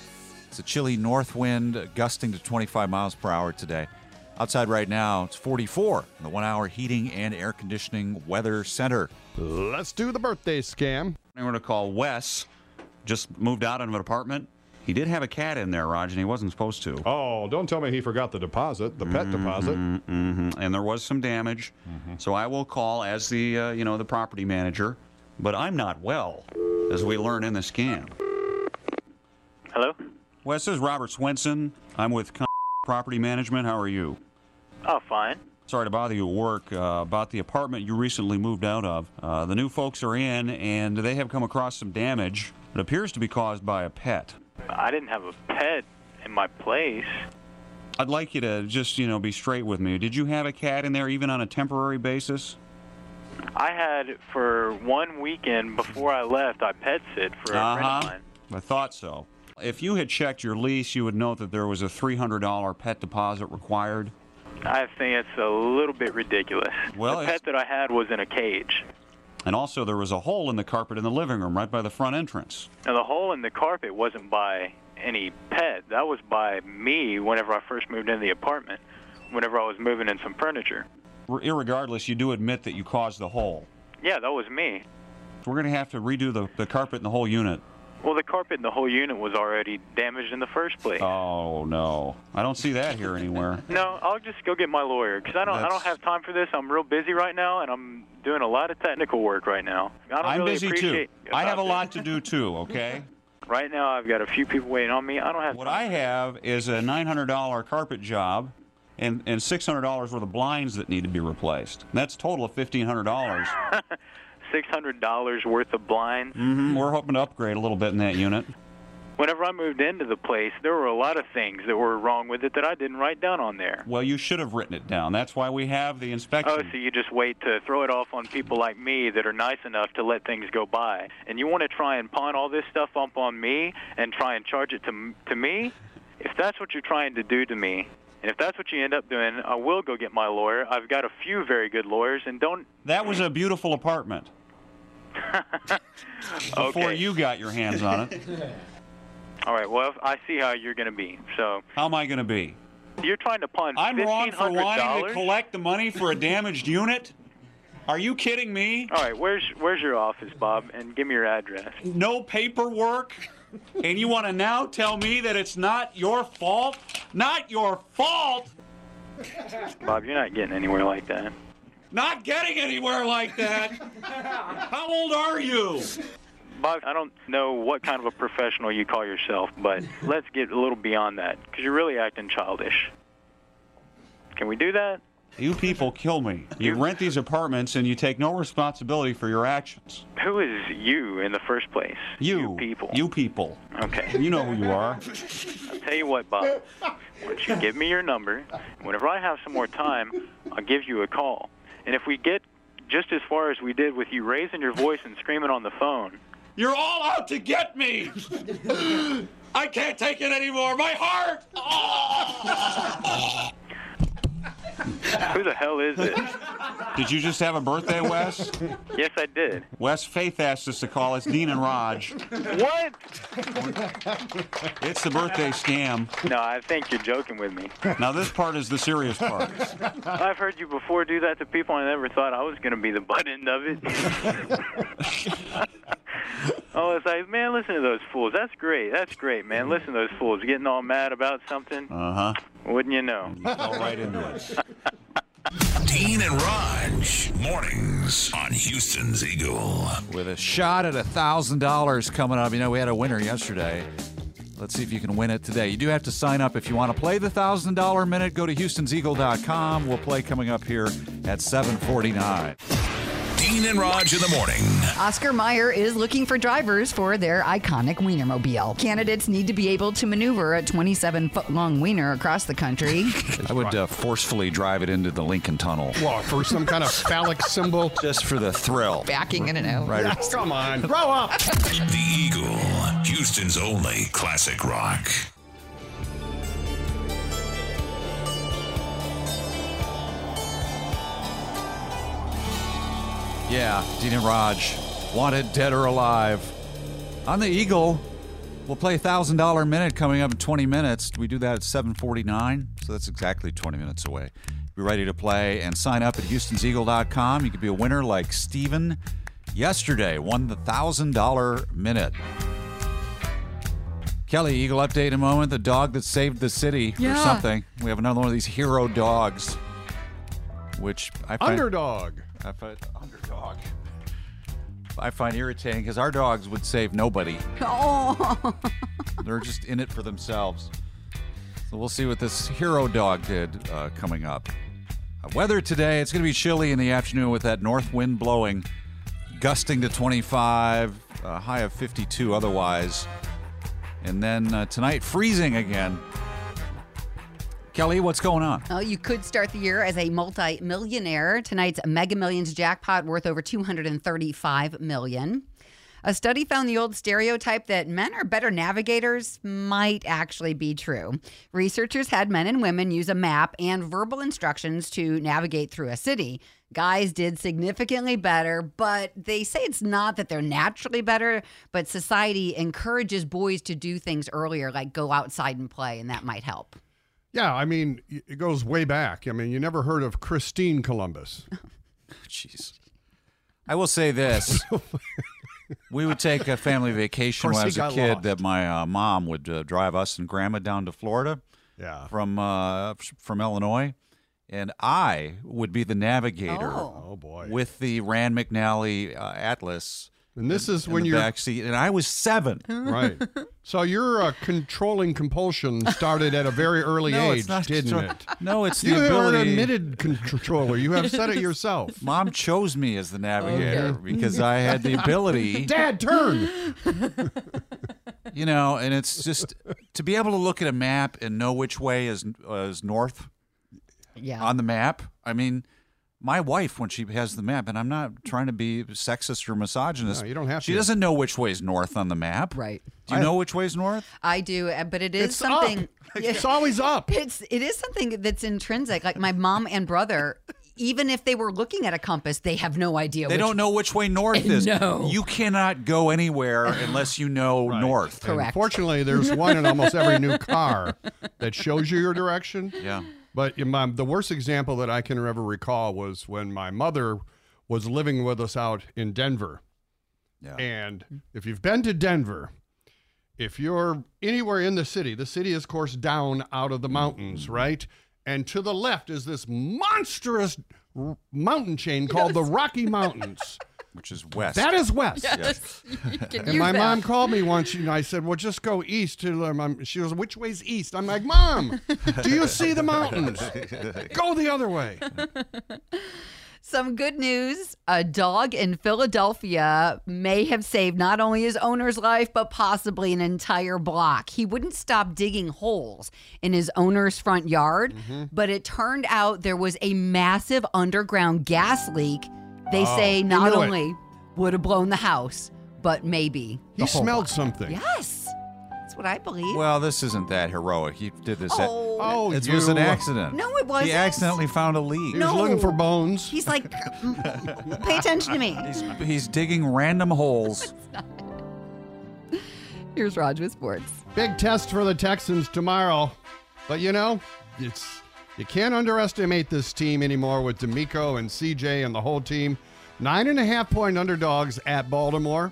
It's a chilly north wind gusting to 25 miles per hour today. Outside right now, it's 44 in the one hour heating and air conditioning weather center.
Let's do the birthday scam.
I'm going to call Wes. Just moved out of an apartment. He did have a cat in there, Raj, and he wasn't supposed to.
Oh, don't tell me he forgot the deposit, the pet deposit. Mm-hmm.
hmm And there was some damage. So I will call as the uh, you know the property manager. But I'm not well, as we learn in the scam.
Hello?
Wes this is Robert Swenson. I'm with Con- Property Management. How are you?
Oh, fine.
Sorry to bother you at work uh, about the apartment you recently moved out of. Uh, the new folks are in, and they have come across some damage that appears to be caused by a pet.
I didn't have a pet in my place.
I'd like you to just, you know, be straight with me. Did you have a cat in there even on a temporary basis?
I had for one weekend before I left, I pet sit for a friend
Uh-huh.
of mine.
I thought so. If you had checked your lease, you would note that there was a $300 pet deposit required.
I think it's a little bit ridiculous.
Well,
the
it's-
pet that I had was in a cage.
And also, there was a hole in the carpet in the living room right by the front entrance.
Now, the hole in the carpet wasn't by any pet. That was by me whenever I first moved into the apartment, whenever I was moving in some furniture.
R- Irregardless, you do admit that you caused the hole.
Yeah, that was me.
We're going to have to redo the, the carpet in the whole unit.
Well, the carpet in the whole unit was already damaged in the first place.
Oh, no. I don't see that here anywhere.
No, I'll just go get my lawyer because I don't. I don't
That's-
have time for this. I'm real busy right now, and I'm doing a lot of technical work right now. I don't
I'm
really
busy too.
appreciate
I have a lot to do too, okay?
Right now, I've got a few people waiting on me. I don't have.
What I have is a $900 carpet job and, and $600 worth of blinds that need to be replaced. That's a total of $1,500.
Six hundred dollars worth of blinds.
hmm We're hoping to upgrade a little bit in that unit.
Whenever I moved into the place, there were a lot of things that were wrong with it that I didn't write down on there.
Well, you should have written it down. That's why we have the
Oh,
inspection.
so you just wait to throw it off on people like me that are nice enough to let things go by, and you want to try and pawn all this stuff up on me and try and charge it to m- to me? If that's what you're trying to do to me, and if that's what you end up doing, I will go get my lawyer. I've got a few very good lawyers, and don't.
That was a beautiful apartment before
Okay.
you got your hands on it.
All right. Well, I see how you're going to be. So
How am I going to be?
you're trying to pawn.
I'm wrong for wanting to
$1,500?
collect the money for a damaged unit? Are you kidding me?
All right. Where's where's your office, Bob? And give me your address.
No paperwork? And you want to now tell me that it's not your fault? Not your fault?
Bob, you're not getting anywhere like that.
Not getting anywhere like that? How old are you?
Bob, I don't know what kind of a professional you call yourself, but let's get a little beyond that because you're really acting childish. Can we do that?
You people kill me. You rent these apartments and you take no responsibility for your actions.
Who is you in the first place?
You, people. You people.
Okay.
You know who you are.
I'll tell you what, Bob. Once you give me your number, whenever I have some more time, I'll give you a call. And if we get just as far as we did with you raising your voice and screaming on the phone,
You're all out to get me. I can't take it anymore. My heart. Oh.
who the hell is this?
Did you just have a birthday, Wes?
Yes, I did.
Wes Faith asked us to call. It's Dean and Raj.
What?
It's the birthday scam.
No, I think you're joking with me.
Now this part is the serious part.
I've heard you before do that to people, and I never thought I was going to be the butt end of it. I was like, man, listen to those fools. That's great. That's great, man. Listen to those fools getting all mad about something.
Uh huh.
Wouldn't you know?
right into it.
Dean and Raj, mornings on Houston's Eagle.
with a shot at $1,000 coming up. You know, we had a winner yesterday. Let's see if you can win it today. You do have to sign up if you want to play the $1,000 minute. Go to houstonseagle.com. We'll play coming up here at 749.
Dean and Raj in the morning.
Oscar Mayer is looking for drivers for their iconic Wienermobile. Candidates need to be able to maneuver a 27 foot long wiener across the country.
I would uh, forcefully drive it into the Lincoln Tunnel.
Well, for some kind of phallic symbol.
Just for the thrill.
Backing in and out.
Right.
Come on. Grow up.
The Eagle, Houston's only classic rock.
Yeah, Dean and Raj, wanted dead or alive. On the Eagle, we'll play $1,000 minute coming up in 20 minutes. We do that at 749, so that's exactly 20 minutes away. Be ready to play and sign up at houstonseagle.com. You could be a winner like Steven yesterday, won the $1,000 minute. Kelly, Eagle update in a moment. The dog that saved the city or
Yeah.
something. We have another one of these hero dogs, which I find...
Underdog.
I find underdog. I find irritating because our dogs would save nobody.
oh.
They're just in it for themselves. So we'll see what this hero dog did uh, coming up. Uh, weather today, it's going to be chilly in the afternoon with that north wind blowing, gusting to 25, a high of 52 otherwise. And then uh, tonight, freezing again. Kelly, what's going on?
Oh, you could start the year as a multi-millionaire. Tonight's Mega Millions jackpot worth over 235 million. A study found the old stereotype that men are better navigators might actually be true. Researchers had men and women use a map and verbal instructions to navigate through a city. Guys did significantly better, but they say it's not that they're naturally better, but society encourages boys to do things earlier, like go outside and play, and that might help.
Yeah, I mean, y- it goes way back. I mean, you never heard of Christine Columbus.
Oh, Jeez. I will say this. we would take a family vacation
Of
when I was
course he
a
got
kid
lost.
that my uh, mom would uh, drive us and grandma down to Florida
Yeah.
from uh, f- from Illinois. And I would be the navigator
Oh. Oh, boy.
with the Rand McNally uh, Atlas.
And this is
in
when
the
you're-
backseat. And I was seven.
Right. So your uh, controlling compulsion started at a very early
No,
age,
it's not
didn't
control-
it?
No, it's the
you are an
ability-
admitted con- controller. You have said it yourself.
Mom chose me as the navigator
Okay.
because I had the ability.
Dad, turn.
you know, and it's just to be able to look at a map and know which way is uh, is north.
Yeah.
On the map, I mean, my wife when she has the map, and I'm not trying to be sexist or misogynist.
No, you don't have
She
to.
doesn't know which way is north on the map.
Right.
Do you
I-
know which way is north?
I do, uh, but it is
It's up.
something.
It's always up.
It's it is something that's intrinsic. Like my mom and brother, even if they were looking at a compass, they have no idea.
They
which-
don't know which way north is.
No.
You cannot go anywhere unless you know north.
And fortunately, there's one in almost every new car that shows you your direction.
Yeah.
But in my, the worst example that I can ever recall was when my mother was living with us out in Denver.
Yeah.
And if you've been to Denver, if you're anywhere in the city, the city is, of course, down out of the
Mm-hmm.
mountains, right? And to the left is this monstrous r- mountain chain called the Rocky Mountains.
Which is west.
That is west.
Yes.
And my mom called me once, and I said, "Well, just go east." To the mom. She was, "Which way's east?" I'm like, "Mom, do you see the mountains? Go the other way."
Some good news a dog in Philadelphia may have saved not only his owner's life, but possibly an entire block. He wouldn't stop digging holes in his owner's front yard,
Mm-hmm.
but it turned out there was a massive underground gas leak. They
Oh,
say
he
not
knew it.
only would have blown the house, but maybe.
He
the whole
smelled
block.
something.
Yes. That's what I believe.
Well, this isn't that heroic. He did this.
Oh.
Oh,
it was an
you-
accident.
No, it
He
wasn't.
accidentally found a leak.
He was looking for bones.
He's like, pay attention to me.
He's digging random holes.
Here's Raj with sports.
Big test for the Texans tomorrow, but you know, it's you can't underestimate this team anymore with D'Amico and CJ and the whole team. Nine and a half point underdogs at Baltimore.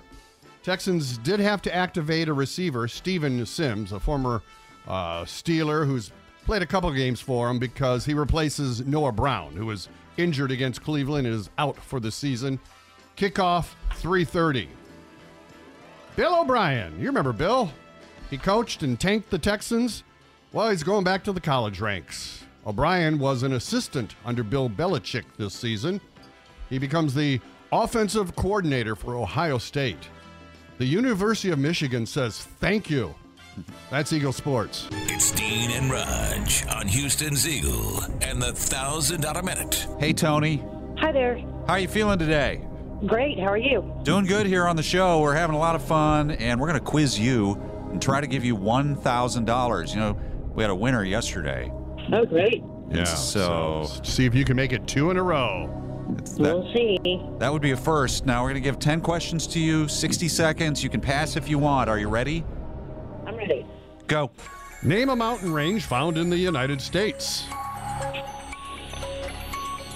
Texans did have to activate a receiver, Steven Sims, a former uh, Steeler who's played a couple games for him because he replaces Noah Brown, who was injured against Cleveland and is out for the season. Kickoff 3:30. Bill O'Brien, you remember Bill? He coached and tanked the Texans. Well, he's going back to the college ranks. O'Brien was an assistant under Bill Belichick this season. He becomes the offensive coordinator for Ohio State. The University of Michigan says thank you. That's Eagle Sports.
It's Dean and Raj on Houston's Eagle and the Thousand Dollar Minute.
Hey, Tony.
Hi there.
How are you feeling today?
Great. How are you?
Doing good here on the show. We're having a lot of fun, and we're going to quiz you and try to give you $1,000. You know, we had a winner yesterday.
Oh, great.
Yeah.
So,
see if you can make it two in a row.
that,
We'll see.
that would be a first. Now, we're going to give 10 questions to you, 60 seconds. You can pass if you want. Are you ready?
I'm ready.
Go.
Name a mountain range found in the United States.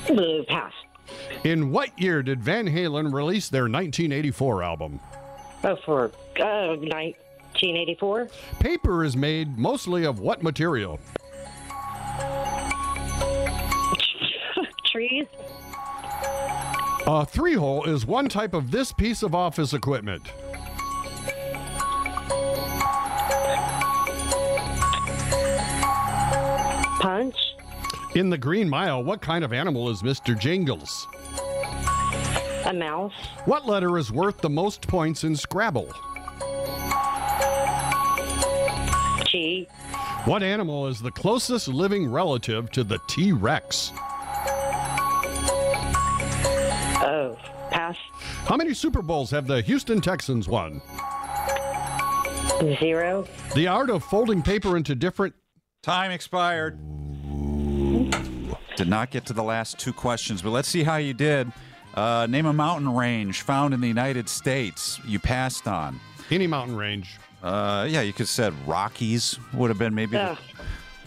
Blue pass.
In what year did Van Halen release their 1984 album?
Oh, for uh, 1984.
Paper is made mostly of what material?
Trees.
A three hole is one type of this piece of office equipment.
Punch.
In the Green Mile, what kind of animal is Mr. Jingles?
A mouse.
What letter is worth the most points in Scrabble?
G.
What animal is the closest living relative to the T Rex?
Oh, pass.
How many Super Bowls have the Houston Texans won?
Zero.
The art of folding paper into different.
Time expired. Did not get to the last two questions, but let's see how you did. Uh, name a mountain range found in the United States you passed on.
Any mountain range.
Uh, yeah, you could have said Rockies would have been maybe the-
Ugh.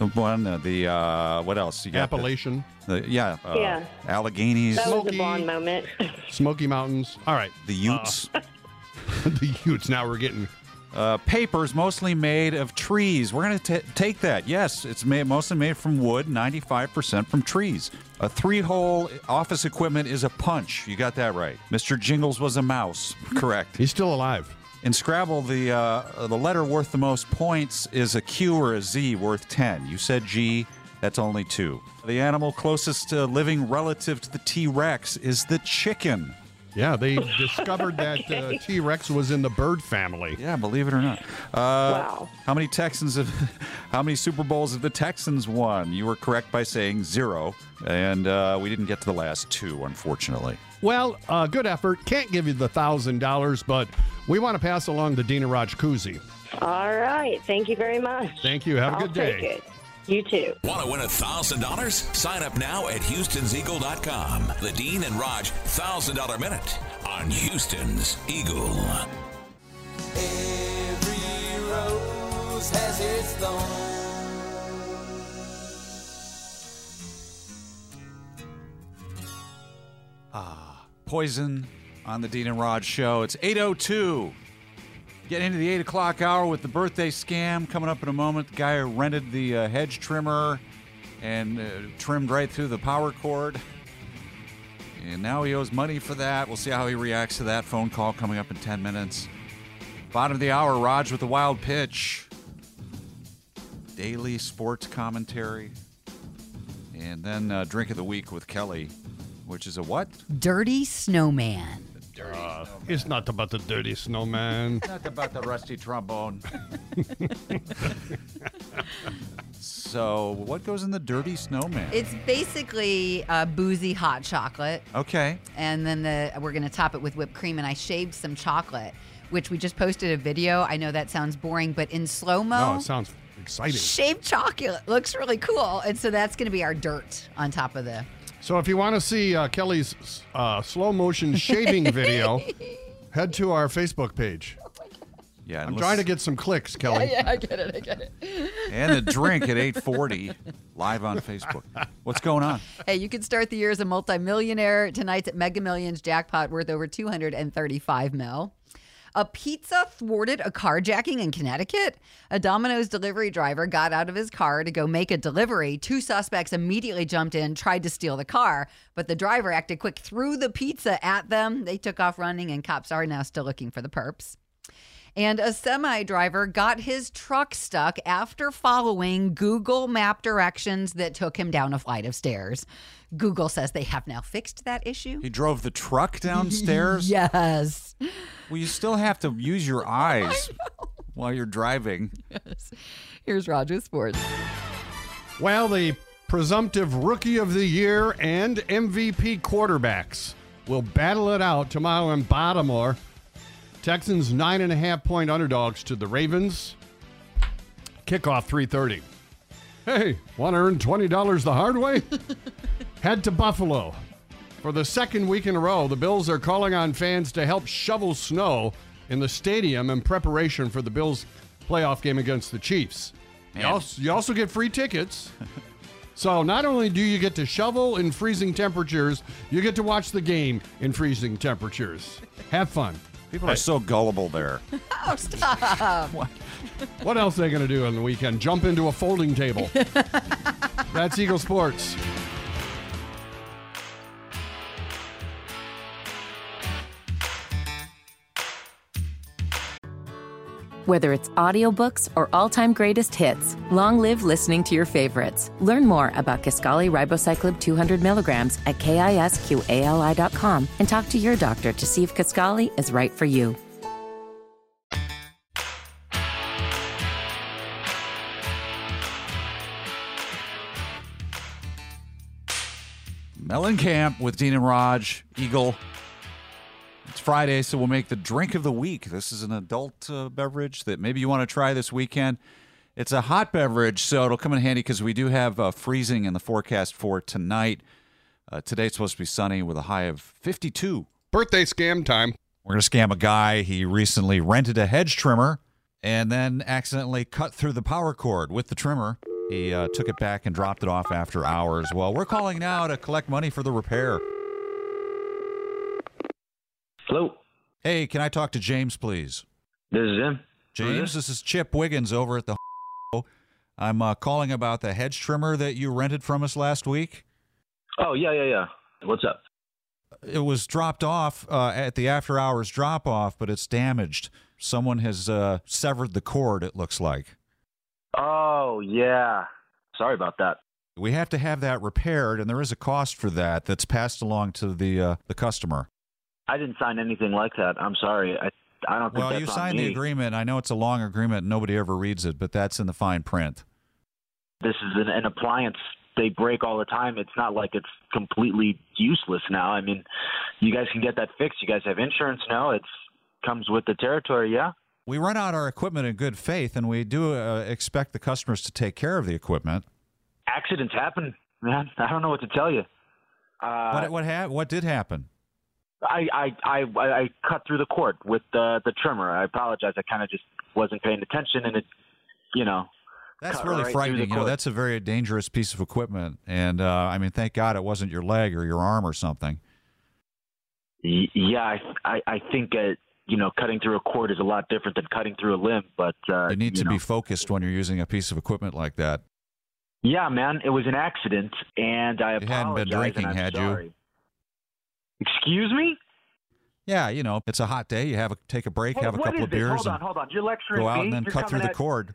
the, one. Uh, the uh, what else? You got the-
Appalachian.
the- yeah, uh,
Yeah.
Alleghenies,
That was a Bond moment.
Smoky Mountains. All right. Uh,
the Utes.
the Utes. Now we're getting
Uh, papers mostly made of trees. We're going to take that. Yes, it's made, mostly made from wood, 95% from trees. A three hole office equipment is a punch. You got that right. Mr. Jingles was a mouse. Correct.
He's still alive.
In Scrabble, the, uh, the letter worth the most points is a Q or a Z worth 10. You said G, that's only two. The animal closest to living relative to the T Rex is the chicken.
Yeah, they discovered that uh, T Rex was in the bird family.
Yeah, believe it or not. Uh, How many Texans have? How many Super Bowls have the Texans won? You were correct by saying zero, and uh, we didn't get to the last two, unfortunately.
Well, uh, good effort. Can't give you the thousand dollars, but we want to pass along the Dina Raj koozie.
All right. Thank you very much.
Thank you. Have a
I'll
good day.
Take it. You too.
Want to win $1,000? Sign up now at Houston'sEagle.com. The Dean and Raj $1,000 Minute on Houston's Eagle.
Every rose has its thorn.
Ah, poison on the Dean and Rod show. It's eight oh two. Getting into the eight o'clock hour with the birthday scam coming up in a moment. The guy who rented the uh, hedge trimmer and uh, trimmed right through the power cord. And now he owes money for that. We'll see how he reacts to that phone call coming up in 10 minutes. Bottom of the hour, Raj with the wild pitch. Daily sports commentary. And then uh, drink of the week with Kelly, which is a what?
Dirty snowman.
Uh, it's not about the dirty snowman.
Not about the rusty trombone. so, what goes in the dirty snowman?
It's basically uh, boozy hot chocolate.
okay.
and then the we're gonna top it with whipped cream and i shaved some chocolate which we just posted a video i know that sounds boring but in slow
No,
mo
it sounds exciting.
shaved chocolate looks really cool and so that's gonna be our dirt on top of the
So if you want to see uh, Kelly's uh, slow motion shaving video, head to our Facebook page.
Yeah.
I'm
let's-
trying to get some clicks, Kelly.
yeah, I get it. I get it.
and a drink at 8:40 live on Facebook. What's going on?
hey you can start the year as a multimillionaire tonight's at mega millions jackpot worth over 235 mil a pizza thwarted a carjacking in Connecticut. A Domino's delivery driver got out of his car to go make a delivery. Two suspects immediately jumped in, tried to steal the car, but the driver acted quick, threw the pizza at them. They took off running, and cops are now still looking for the perps. And a semi driver got his truck stuck after following Google map directions that took him down a flight of stairs. Google says they have now fixed that issue.
He drove the truck downstairs.
Yes.
Well, you still have to use your eyes while you're driving.
Here's Roger Sports.
Well, the presumptive rookie of the year and MVP quarterbacks will battle it out tomorrow in Baltimore. Texans nine and a half point underdogs to the Ravens. Kickoff three thirty. Hey, want to earn twenty dollars the hard way? Head to Buffalo. For the second week in a row, the Bills are calling on fans to help shovel snow in the stadium in preparation for the Bills' playoff game against the Chiefs. You also, you also get free tickets. So not only do you get to shovel in freezing temperatures, you get to watch the game in freezing temperatures. Have fun.
People are so gullible there.
Oh, stop.
What else are they going to do on the weekend? Jump into a folding table. That's Eagle Sports.
Whether it's audiobooks or all-time greatest hits, long live listening to your favorites. Learn more about Kaskali Ribocyclib 200 milligrams at kisqali.com and talk to your doctor to see if Kaskali is right for you.
Mellencamp with Dean and Raj, Eagle. It's Friday, so we'll make the drink of the week. This is an adult uh, beverage that maybe you want to try this weekend. It's a hot beverage, so it'll come in handy because we do have uh, freezing in the forecast for tonight. Uh, today's supposed to be sunny with a high of 52.
Birthday scam time.
We're going to scam a guy. He recently rented a hedge trimmer and then accidentally cut through the power cord with the trimmer. He uh, took it back and dropped it off after hours. Well, we're calling now to collect money for the repair.
Hello.
Hey, can I talk to James, please?
This is him.
James, this is Chip Wiggins over at the. I'm uh, calling about the hedge trimmer that you rented from us last week.
Oh yeah, yeah, yeah. What's up?
It was dropped off uh, at the after hours drop off, but it's damaged. Someone has uh, severed the cord. It looks like.
Oh yeah. Sorry about that.
We have to have that repaired, and there is a cost for that that's passed along to the uh, the customer.
I didn't sign anything like that. I'm sorry. I I don't think
Well,
that's
you
on
signed
me.
the agreement. I know it's a long agreement. and Nobody ever reads it, but that's in the fine print.
This is an, an appliance they break all the time. It's not like it's completely useless now. I mean, you guys can get that fixed. You guys have insurance now. It's comes with the territory. Yeah.
We run out our equipment in good faith, and we do uh, expect the customers to take care of the equipment.
Accidents happen, man. I don't know what to tell you. Uh,
what what ha- what did happen?
I, I I I cut through the cord with the the trimmer. I apologize. I kind of just wasn't paying attention, and it, you know,
That's
cut
really
right through
frightening.
the
You know,
cord.
that's a very dangerous piece of equipment, and uh, I mean, thank God it wasn't your leg or your arm or something.
Y- yeah. I I, I think uh, you know cutting through a cord is a lot different than cutting through a limb, but uh,
It needs
you
to
know.
be focused when you're using a piece of equipment like that.
Yeah, man, it was an accident, and I
You
apologize.
hadn't been drinking,
Oh, and I'm
had
sorry.
you?
Excuse me.
Yeah, you know, it's a hot day. You have a take a break,
Hey,
have a
what
couple
is
of
this?
beers,
Hold on,
and
hold on. You're lecturing
go out
me.
and then
You're
cut through
coming
the
at-
cord.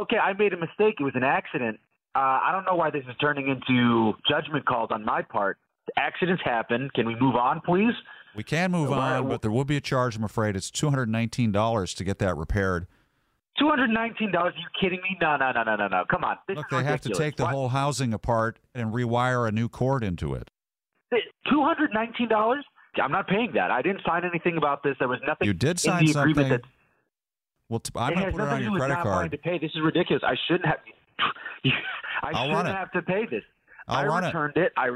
Okay, I made a mistake. It was an accident. Uh, I don't know why this is turning into judgment calls on my part. Accidents happen. Can we move on, please?
We can move
Why-
on, but there will be a charge. I'm afraid it's two hundred nineteen dollars to get that repaired.
Two hundred nineteen dollars? Are you kidding me? No, no, no, no, no, no. Come on. This
Look,
is
they have to take the whole housing apart and rewire a new cord into it.
Two hundred nineteen dollars? I'm not paying that. I didn't sign anything about this. There was nothing.
You
in
did sign
the
something.
agreement that
well, t- I'm
it
going to
has
put it
nothing
on
to do
your
with
credit
not wanting
card.
To pay. This is ridiculous. I shouldn't have. I
I'll run
shouldn't
it.
have to pay this.
I'll
I
run it.
returned it. I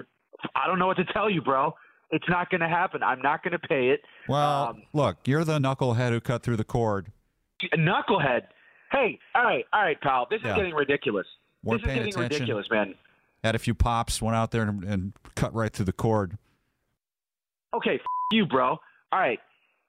I don't know what to tell you, bro. It's not going to happen. I'm not going to pay it.
Well,
Um,
look, you're the knucklehead who cut through the cord.
Knucklehead. Hey, all right, all right, pal. This is
Yeah.
getting ridiculous.
Weren't
this is
paying
getting
attention.
ridiculous, man.
Had a few pops, went out there and, and cut right through the cord.
Okay, f- you, bro. All right.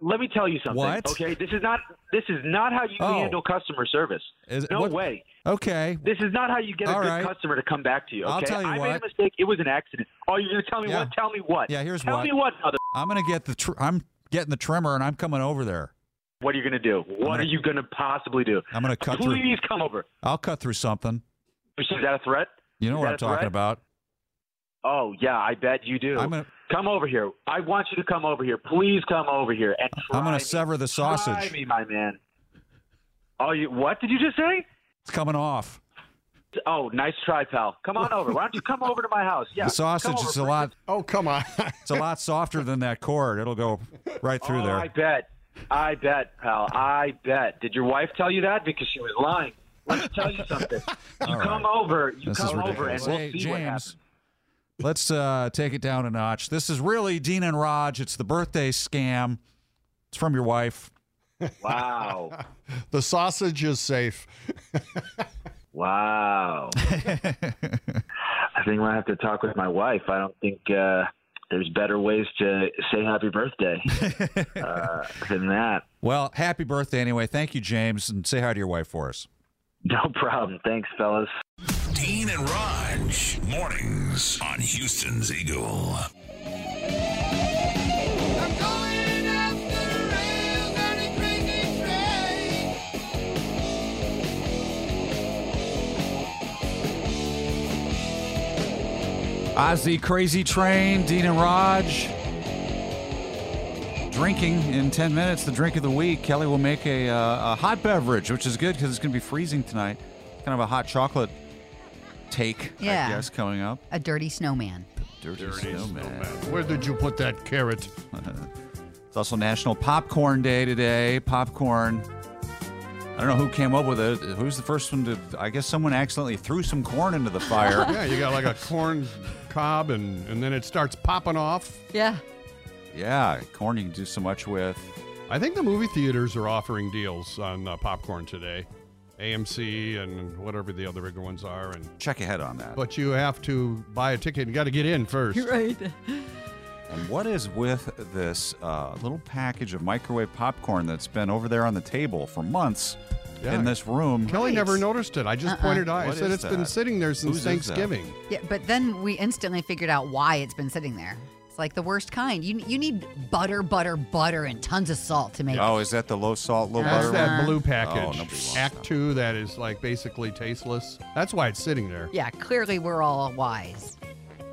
Let me tell you something.
What?
Okay, this is not this is not how you
Oh.
handle customer service.
Is-
no
what-
way.
Okay.
This is not how you get a
All
good
right.
customer to come back to you. Okay,
I'll tell you
I made a
what.
mistake. It was an accident. Oh, you're gonna tell me
Yeah.
what? Tell me what?
Yeah, here's
tell
what.
me what? Other.
I'm gonna get the tr- I'm getting the trimmer and I'm coming over there.
What are you gonna do? What are you gonna possibly do?
I'm gonna cut through.
Please come over.
I'll cut through something.
Is that a threat?
You know
Is
what
that
I'm
a
talking
threat?
about.
Oh yeah, I bet you do.
I'm gonna-
come over here. I want you to come over here. Please come over here and
I'm
try
gonna
me.
sever the
Try
sausage.
me, my man. Oh, you what did you just say?
It's coming off.
Oh, nice try, pal. Come on over. Why don't you come over to my house? Yeah,
the sausage
come over,
is a
bring
lot.
Oh come on.
it's a lot softer than that cord. It'll go right through
oh,
there.
I bet. I bet, pal. I bet. Did your wife tell you that? Because she was lying. Let me tell you something. You
All right.
come over. You
This is
come over, and
ridiculous.
we'll
Hey,
see what happens.
James, let's uh, take it down a notch. This is really Dean and Raj. It's the birthday scam. It's from your wife.
Wow.
The sausage is safe.
Wow. I think I have to talk with my wife. I don't think uh, there's better ways to say happy birthday uh, than that.
Well, happy birthday anyway. Thank you, James, and say hi to your wife for us.
No problem. Thanks, fellas.
Dean and Raj, mornings on Houston's Eagle.
Ozzy Crazy Train, Dean and Raj. Drinking in 10 minutes, the drink of the week. Kelly will make a, uh, a hot beverage, which is good because it's going to be freezing tonight. Kind of a hot chocolate take,
Yeah.
I guess, coming up.
A dirty snowman.
Dirty, snowman.
Where did you put that carrot?
It's also National Popcorn Day today. Popcorn I don't know who came up with it. Who's the first one to? I guess someone accidentally threw some corn into the fire.
yeah, you got like a corn cob, and and then it starts popping off.
Yeah.
Yeah, corn you can do so much with.
I think the movie theaters are offering deals on uh, popcorn today, AMC and whatever the other bigger ones are. And
check ahead on that.
But you have to buy a ticket. You got to get in first.
Right.
And what is with this uh, little package of microwave popcorn that's been over there on the table for months
Yeah.
in this room?
Kelly never noticed it. I just
Uh-uh.
pointed out. I
What
said
is
it's been
that?
sitting there since
Whose is that?
Thanksgiving.
Yeah, but then we instantly figured out why it's been sitting there. It's like the worst kind. You you need butter, butter, butter, and tons of salt to make Uh-huh. it.
Oh, is that the low salt, low
That's
butter?
that
one?
blue
Oh,
package,
nobody wants
Act Two, that is like basically tasteless. That's why it's sitting there.
Yeah, clearly we're all wise.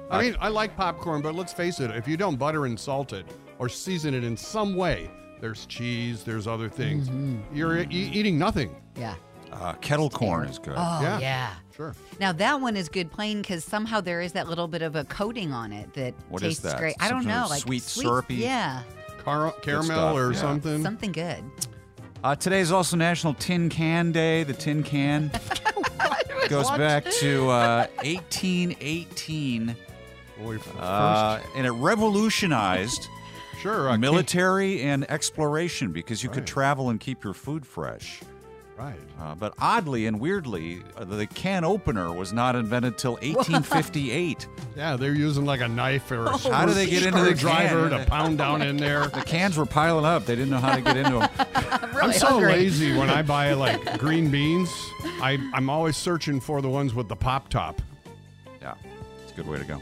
I mean, I like popcorn, but let's face it, if you don't butter and salt it or season it in some way, there's cheese, there's other things, you're e- eating nothing.
Yeah.
Mm-hmm. Uh, kettle corn is good.
Oh, yeah.
Sure.
Now that one is good plain because somehow there is that little bit of a coating on it that
What is
tastes
that?
great. I
Some
don't
kind
know,
of
like
sweet, syrupy-
Yeah,
Car- caramel
stuff,
or
yeah.
something.
something good.
Uh, today is also National Tin Can Day. The tin can goes
What?
back to uh, 1818, uh, and it revolutionized
sure
military and exploration because you could travel and keep your food fresh.
Right.
Uh, but oddly and weirdly, uh, the can opener was not invented till 1858.
Yeah, they're using like a knife or a
How do they get into the
driver
can?
to pound down in there?
The cans were piling up. They didn't know how to get into them.
I'm
I'm
really
so
hungry.
lazy when I buy like green beans. I, I'm always searching for the ones with the pop top.
Yeah, it's a good way to go.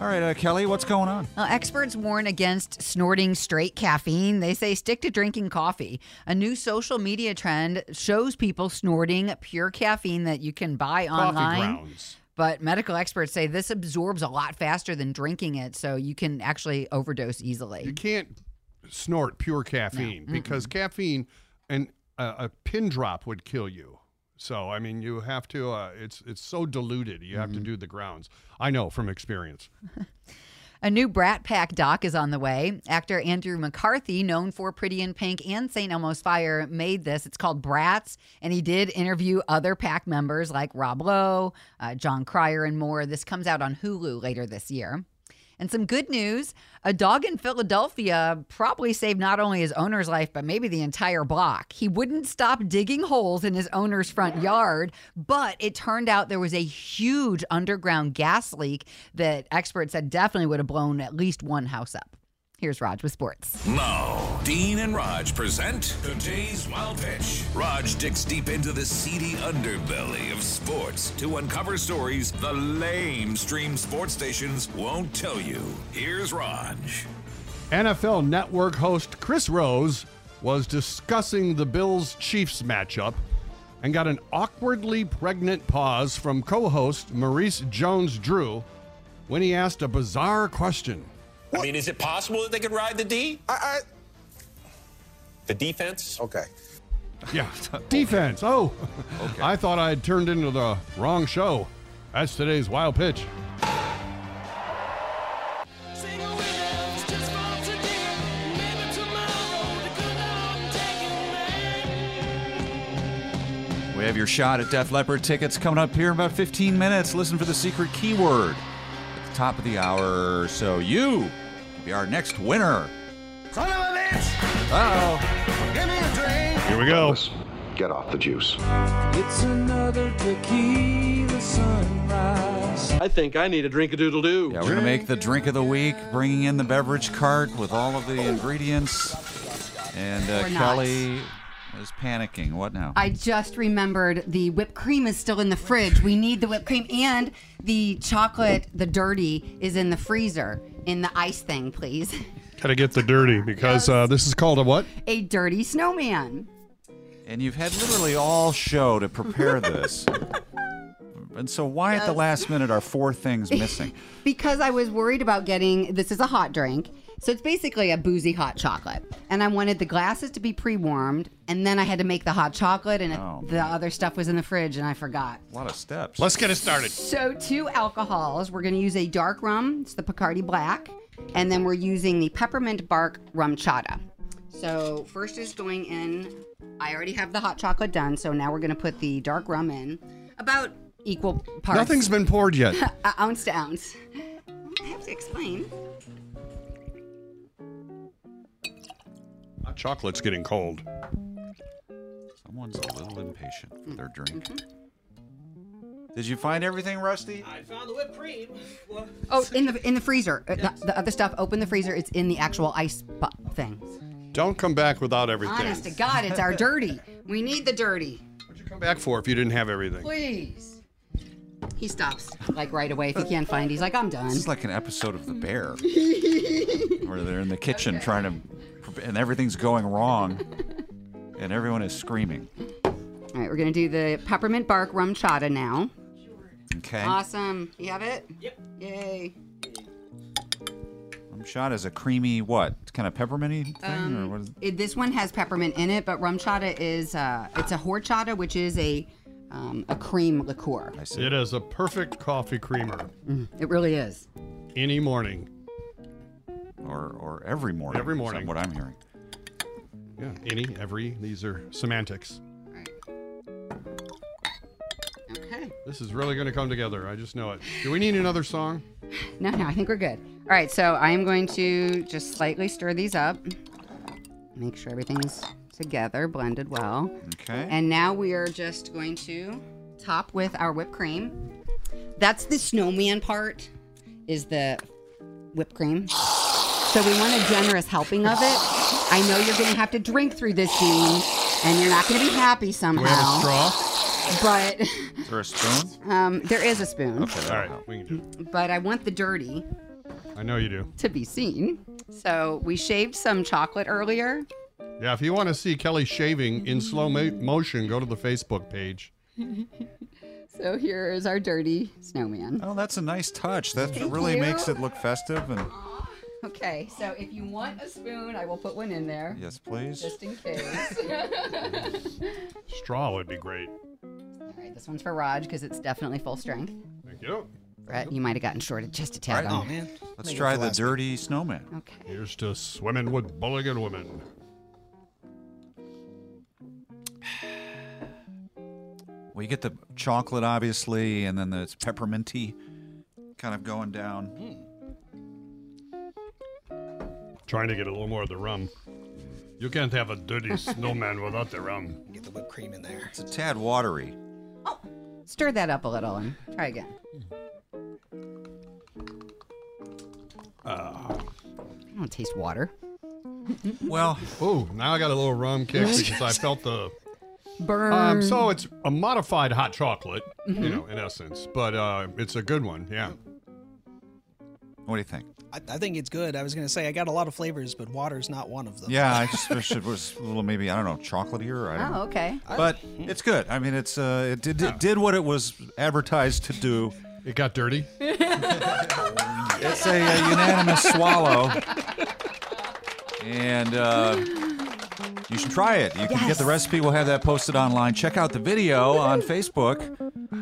All right, uh, Kelly, what's going on?
Well, experts warn against snorting straight caffeine. They say stick to drinking coffee. A new social media trend shows people snorting pure caffeine that you can buy online.
grounds.
But medical experts say this absorbs a lot faster than drinking it, so you can actually overdose easily.
You can't snort pure caffeine because caffeine and uh, a pin drop would kill you. So I mean, you have to. Uh, it's it's so diluted. You have to do the grounds. I know from experience.
A new Brat Pack doc is on the way. Actor Andrew McCarthy, known for Pretty in Pink and St. Elmo's Fire, made this. It's called Brats, and he did interview other pack members like Rob Lowe, uh, John Cryer, and more. This comes out on Hulu later this year. And some good news a dog in Philadelphia probably saved not only his owner's life, but maybe the entire block. He wouldn't stop digging holes in his owner's front yard, but it turned out there was a huge underground gas leak that experts said definitely would have blown at least one house up. Here's Raj with sports.
Now, Dean and Raj present today's wild pitch. Raj digs deep into the seedy underbelly of sports to uncover stories the lame stream sports stations won't tell you. Here's Raj.
NFL Network host Chris Rose was discussing the Bills Chiefs matchup and got an awkwardly pregnant pause from co host Maurice Jones Drew when he asked a bizarre question.
I mean, is it possible that they could ride the D? I, I... The defense? Okay.
Yeah, defense. Oh, I thought I had turned into the wrong show. That's today's wild pitch.
We have your shot at Def Leppard tickets coming up here in about 15 minutes. Listen for the secret keyword at the top of the hour so you can be our next winner.
Son of a bitch!
Oh,
Give me a drink!
Here we go.
Get off the juice.
It's another tequila sunrise.
I think I need a drink a doodle doo. Yeah, we're going to make the drink of the week, bringing in the beverage cart with all of the ingredients. And uh,
Or not.
Kelly is panicking. What now?
I just remembered the whipped cream is still in the fridge. We need the whipped cream and the chocolate, the dirty, is in the freezer in the ice thing, please.
Gotta get the dirty because uh, this is called a what?
A dirty snowman.
And you've had literally all show to prepare this. and so, why at the
Yes.
last minute are four things missing?
Because I was worried about getting this is a hot drink. So it's basically a boozy hot chocolate. And I wanted the glasses to be pre warmed. And then I had to make the hot chocolate. And it-
Oh,
the other stuff was in the fridge. And I forgot.
A lot of steps.
Let's get it started.
So, two alcohols. We're going to use a dark rum, it's the Picardi Black, and then we're using the peppermint bark rum chata.
So first is going in. I already have the hot chocolate done, so now we're gonna put the dark rum in, about equal parts.
Nothing's been poured yet.
Uh, ounce to ounce. I have to explain.
Hot chocolate's getting cold.
Someone's a little impatient for their drink.
Mm-hmm.
Did you find everything, Rusty?
I found the whipped cream. Well,
Oh, in the in the freezer. Uh, The, the other stuff. Open the freezer. It's in the actual ice bu- thing.
Don't come back without everything.
Honest to God, it's our dirty. We need the dirty.
Come back for if you didn't have everything.
Please. He stops like right away if he can't find. He's like, I'm done.
This is like an episode of The Bear, where they're in the kitchen trying to, and everything's going wrong, and everyone is screaming.
All right, we're gonna do the peppermint bark rum chata now.
Okay.
Awesome. You have it? Yep. Yay.
Rum shot is a creamy what? It's kind of pepperminty thing, or
Um,
what is it?
It, this one has peppermint in it, but rum chata is uh, it's a horchata, which is a um, a cream liqueur.
It is a perfect coffee creamer.
It really is.
Any morning.
Or or every morning.
Every
is
morning.
What I'm hearing.
Yeah, any, every. These are semantics.
Okay.
This is really going to come together. I just know it. Do we need another song?
No, no, I think we're good. All right, so I am going to just slightly stir these up, make sure everything's together, blended well.
Okay.
And now we are just going to top with our whipped cream. That's the snowman part, is the whipped cream. So we want a generous helping of it. I know you're going to have to drink through this, Dean, and you're not going to be happy somehow. But
Is there a spoon?
um, there is a spoon.
Okay.
All right, we can do
But I want the dirty
it. I know you do.
to be seen. So we shaved some chocolate earlier.
Yeah, if you want to see Kelly shaving in slow mo- motion, go to the Facebook page.
So here is our dirty snowman.
Oh, that's a nice touch. That
Thank
really makes
you.
it look festive. And
Okay, so if you want a spoon, I will put one in there.
yes, please.
Just in case.
Straw would be great.
All right, this one's for Raj because it's definitely full strength.
Thank you.
Brett, you might have gotten shorted just a tad.
Right.
on
Oh,
there.
man. Let's try the dirty snowman.
Okay.
Here's to swimming with Bulligan women.
Well, you get the chocolate, obviously, and then the, it's pepperminty kind of going down.
Trying to get a little more of the rum. You can't have a dirty snowman without the rum.
Get the whipped cream in there.
It's a tad watery.
Stir that up a little and try again. I don't taste water.
Well,
oh, now I got a little rum kick because I felt the
Burn.
Um, so it's a modified hot chocolate, you
Mhm.
know, in essence, but uh, it's a good one. Yeah.
What do you think?
I, I think it's good. I was going to say, I got a lot of flavors, but water's not one of them.
Yeah, I just wish it was a little maybe I don't know chocolatier. I don't know.
Oh, okay.
But it's good. I mean, it's uh, it did, it did what it was advertised to do.
It got dirty.
Oh,
it's a, uh unanimous swallow, and uh, you should try it. You can get the recipe. We'll have that posted online. Check out the video on Facebook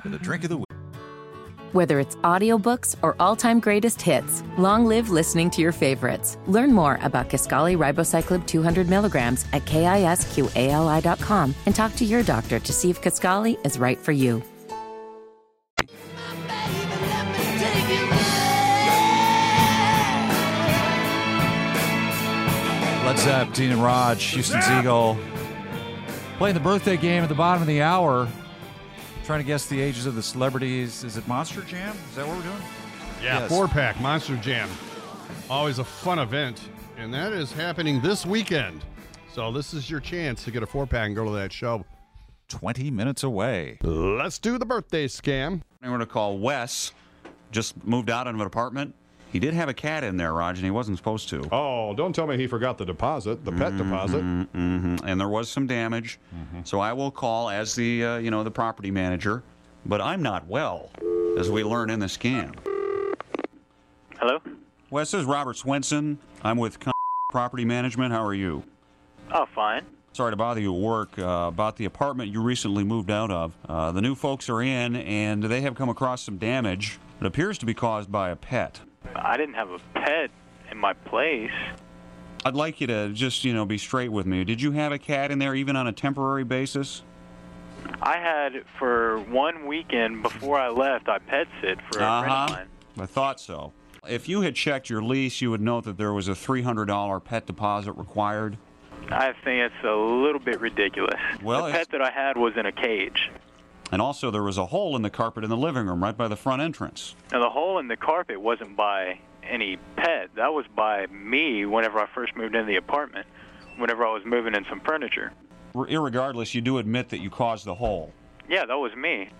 for the drink of the week.
Whether it's audiobooks or all-time greatest hits, long live listening to your favorites. Learn more about Kaskali Ribocyclib 200 milligrams at kisqali.com and talk to your doctor to see if Kaskali is right for you.
Led Zepp, Dean and Raj, Houston's Eagle. Playing the birthday game at the bottom of the hour. Trying to guess the ages of the celebrities. Is it Monster Jam? Is that what we're doing?
Yeah.
Yes.
Four pack Monster Jam. Always a fun event, and that is happening this weekend. So this is your chance to get a four pack and go to that show.
20 minutes away.
Let's do the birthday scam.
I'm going to call Wes. Just moved out of an apartment. He did have a cat in there, Raj, and he wasn't supposed to.
Oh, don't tell me he forgot the deposit, the pet deposit. Mm-hmm.
hmm And there was some damage. So I will call as the uh, you know the property manager. But I'm not well, as we learn in the scam.
Hello?
Wes this is Robert Swenson. I'm with Con- Property Management. How are you?
Oh, fine.
Sorry to bother you at work. Uh, about the apartment you recently moved out of. Uh, the new folks are in, and they have come across some damage. It appears to be caused by a pet.
I didn't have a pet in my place.
I'd like you to just, you know, be straight with me. Did you have a cat in there even on a temporary basis?
I had for one weekend before I left, I pet sit for a friend of mine.
Uh-huh. I thought so. If you had checked your lease, you would note that there was a $300 pet deposit required.
I think it's a little bit ridiculous.
Well,
the
it's-
pet that I had was in a cage,
And also, there was a hole in the carpet in the living room right by the front entrance.
and the hole in the carpet wasn't by any pet. That was by me whenever I first moved into the apartment. Whenever I was moving in some furniture.
R- Irregardless, you do admit that you caused the hole.
Yeah, that was me.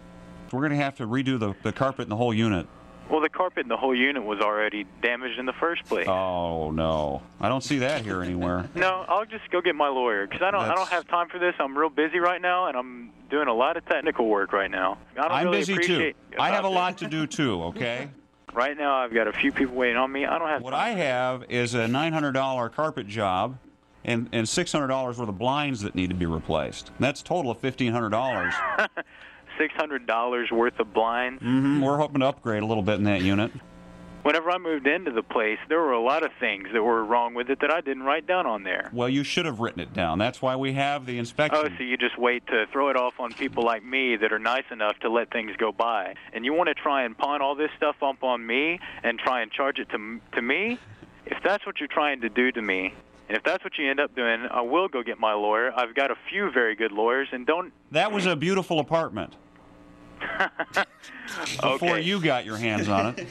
We're going to have to redo the, the carpet in the whole unit.
Well, the carpet in the whole unit was already damaged in the first place.
Oh, no. I don't see that here anywhere.
No, I'll just go get my lawyer because I don't. I don't have time for this. I'm real busy right now, and I'm doing a lot of technical work right now. I don't
I'm
really
busy too.
appreciate
I have a lot to do too, okay?
Right now, I've got a few people waiting on me. I don't have.
What I have is a $900 carpet job and, and $600 worth of blinds that need to be replaced. That's a total of $1,500.
Six hundred dollars worth of blinds.
hmm We're hoping to upgrade a little bit in that unit.
Whenever I moved into the place, there were a lot of things that were wrong with it that I didn't write down on there.
Well, you should have written it down. That's why we have the
Oh,
inspection.
so you just wait to throw it off on people like me that are nice enough to let things go by, and you want to try and pawn all this stuff up on me and try and charge it to m- to me? If that's what you're trying to do to me, and if that's what you end up doing, I will go get my lawyer. I've got a few very good lawyers, and don't.
That was a beautiful apartment before
okay.
you got your hands on it.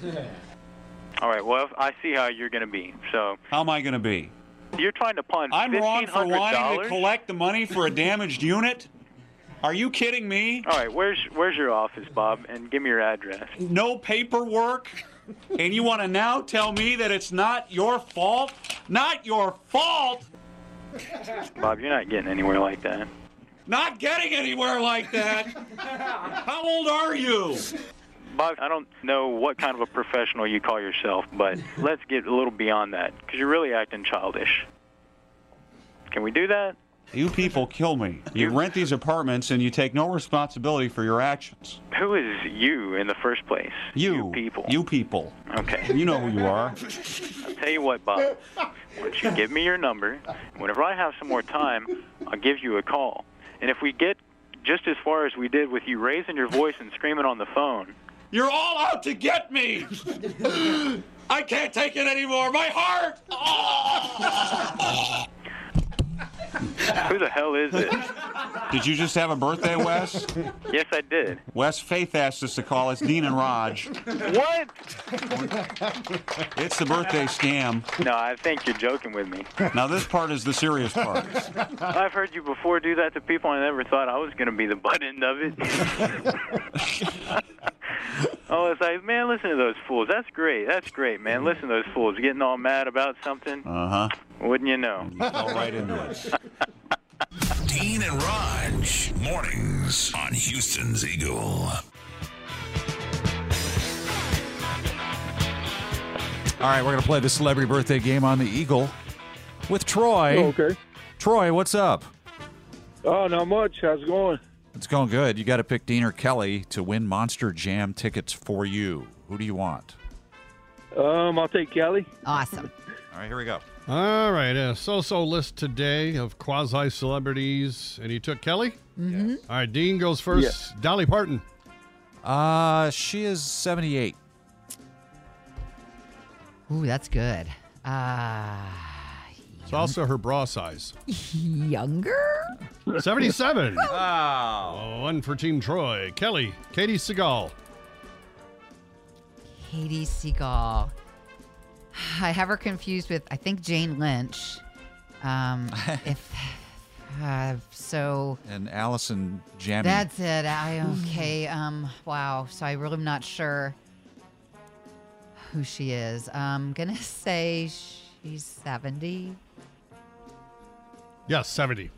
All right. Well, I see how you're going to be. So
How am I going to be?
you're trying to pawn.
I'm wrong for wanting
$1,500?
to collect the money for a damaged unit? Are you kidding me?
All right. Where's where's your office, Bob? And give me your address.
No paperwork? And you want to now tell me that it's not your fault? Not your fault!
Bob, you're not getting anywhere like that.
Not getting anywhere like that! How old are you?
Bob, I don't know what kind of a professional you call yourself, but let's get a little beyond that because you're really acting childish. Can we do that?
You people kill me. You rent these apartments and you take no responsibility for your actions.
Who is you in the first place?
You, people. You people.
Okay.
You know who you are.
I'll tell you what, Bob. Why don't you give me your number? Whenever I have some more time, I'll give you a call. And if we get just as far as we did with you raising your voice and screaming on the phone,
You're all out to get me. I can't take it anymore. My heart.
who the hell is it?
Did you just have a birthday, Wes?
yes, I did.
Wes Faith asked us to call. It's Dean and Raj.
What?
It's the birthday scam.
No, I think you're joking with me.
Now this part is the serious part.
I've heard you before do that to people. and I never thought I was going to be the butt end of it. I was Oh, like, man, listen to those fools. That's great. That's great, man. Listen to those fools getting all mad about something.
Uh huh.
Wouldn't you know?
Fell right into it.
Dean and Raj, mornings on Houston's Eagle.
All right, we're going to play the celebrity birthday game on the Eagle with Troy.
Okay.
Troy, what's up?
Oh, not much. How's it going?
It's going good. You got to pick Dean or Kelly to win Monster Jam tickets for you. Who do you want?
Um, I'll take Kelly.
Awesome.
All right, here we go.
All right, a so-so list today of quasi celebrities, and he took Kelly. Mm-hmm. All right, Dean goes first. Dolly Parton.
Uh, she is 78.
Ooh, that's good. Uh,
Ah.
It's also her bra size.
younger?
Seventy-seven. wow. One for Team Troy. Kelly. Katie Seagal.
Katie Seagal. I have her confused with I think Jane Lynch. Um, if uh, so,
And Allison Jammy.
that's it. I okay. Um, wow. So I really am not sure who she is. I'm gonna say she's seventy.
Yes, seventy.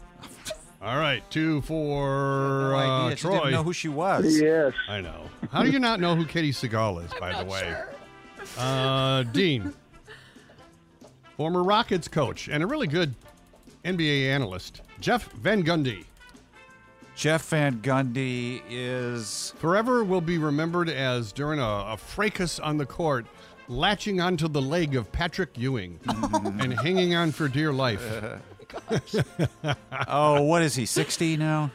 All right, two for
No
uh,
idea. She
Troy.
didn't know who she was.
Yes.
I know. How do you not know who Katie Seagal is, by the way? Uh, Dean, former Rockets coach and a really good NBA analyst, Jeff Van Gundy.
Jeff Van Gundy is
Forever will be remembered as during a, a fracas on the court latching onto the leg of Patrick Ewing and hanging on for dear life.
oh, what is he, 60 now?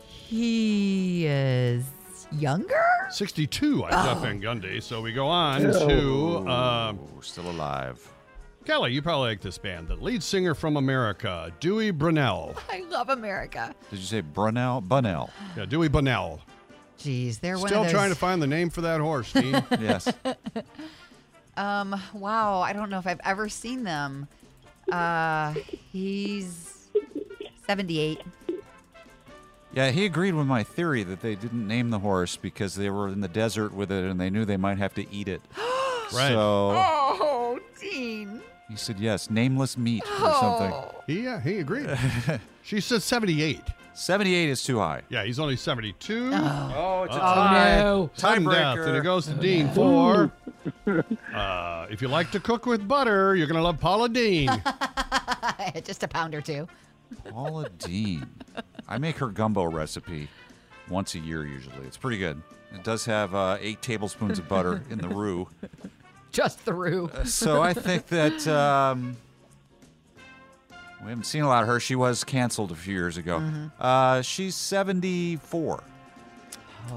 He is younger?
62, I
Oh.
thought Van Gundy. So we go on to. Um,
Still alive.
Kelly, you probably like this band. The lead singer from America, Dewey Brunell.
I love America.
Did you say Brunel? Bunnell.
Yeah, Dewey Bunnell.
Jeez, they're one of
Still trying to
those-
find the name for that horse, Steve.
yes.
Um, wow, I don't know if I've ever seen them. Uh, he's 78.
Yeah, he agreed with my theory that they didn't name the horse because they were in the desert with it and they knew they might have to eat it.
Right.
So
Oh, Dean.
he said yes, nameless meat
Oh.
or something.
He, yeah, he agreed. she said 78.
78 is too high.
Yeah, he's only 72.
Oh.
Oh,
it's a tie. no.
Sudden death,
Tiebreaker.
And it goes to
Oh,
Dean
no.
for. Uh, if you like to cook with butter, you're going to love Paula Dean.
Just a pound or two.
Paula Dean. I make her gumbo recipe once a year usually. It's pretty good. It does have uh, eight tablespoons of butter in the roux.
Just through.
Uh, So I think that um, we haven't seen a lot of her. She was canceled a few years ago.
Mhm.
Uh, she's 74.
Oh.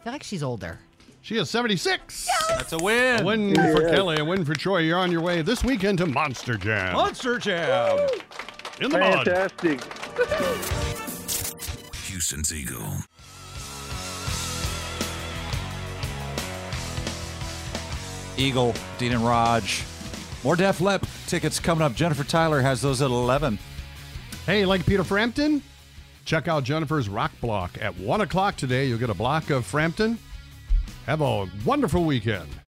I feel like she's older.
She is 76.
That's a win.
A win
Yeah.
for Kelly, a win for Troy. You're on your way this weekend to Monster Jam.
Monster Jam.
In the mud.
Fantastic.
Houston's Eagle.
Eagle, Dean and Raj. More Def Lip tickets coming up. Jennifer Tyler has those at 11.
Hey, like Peter Frampton? Check out Jennifer's Rock Block at 1 o'clock today. You'll get a block of Frampton. Have a wonderful weekend.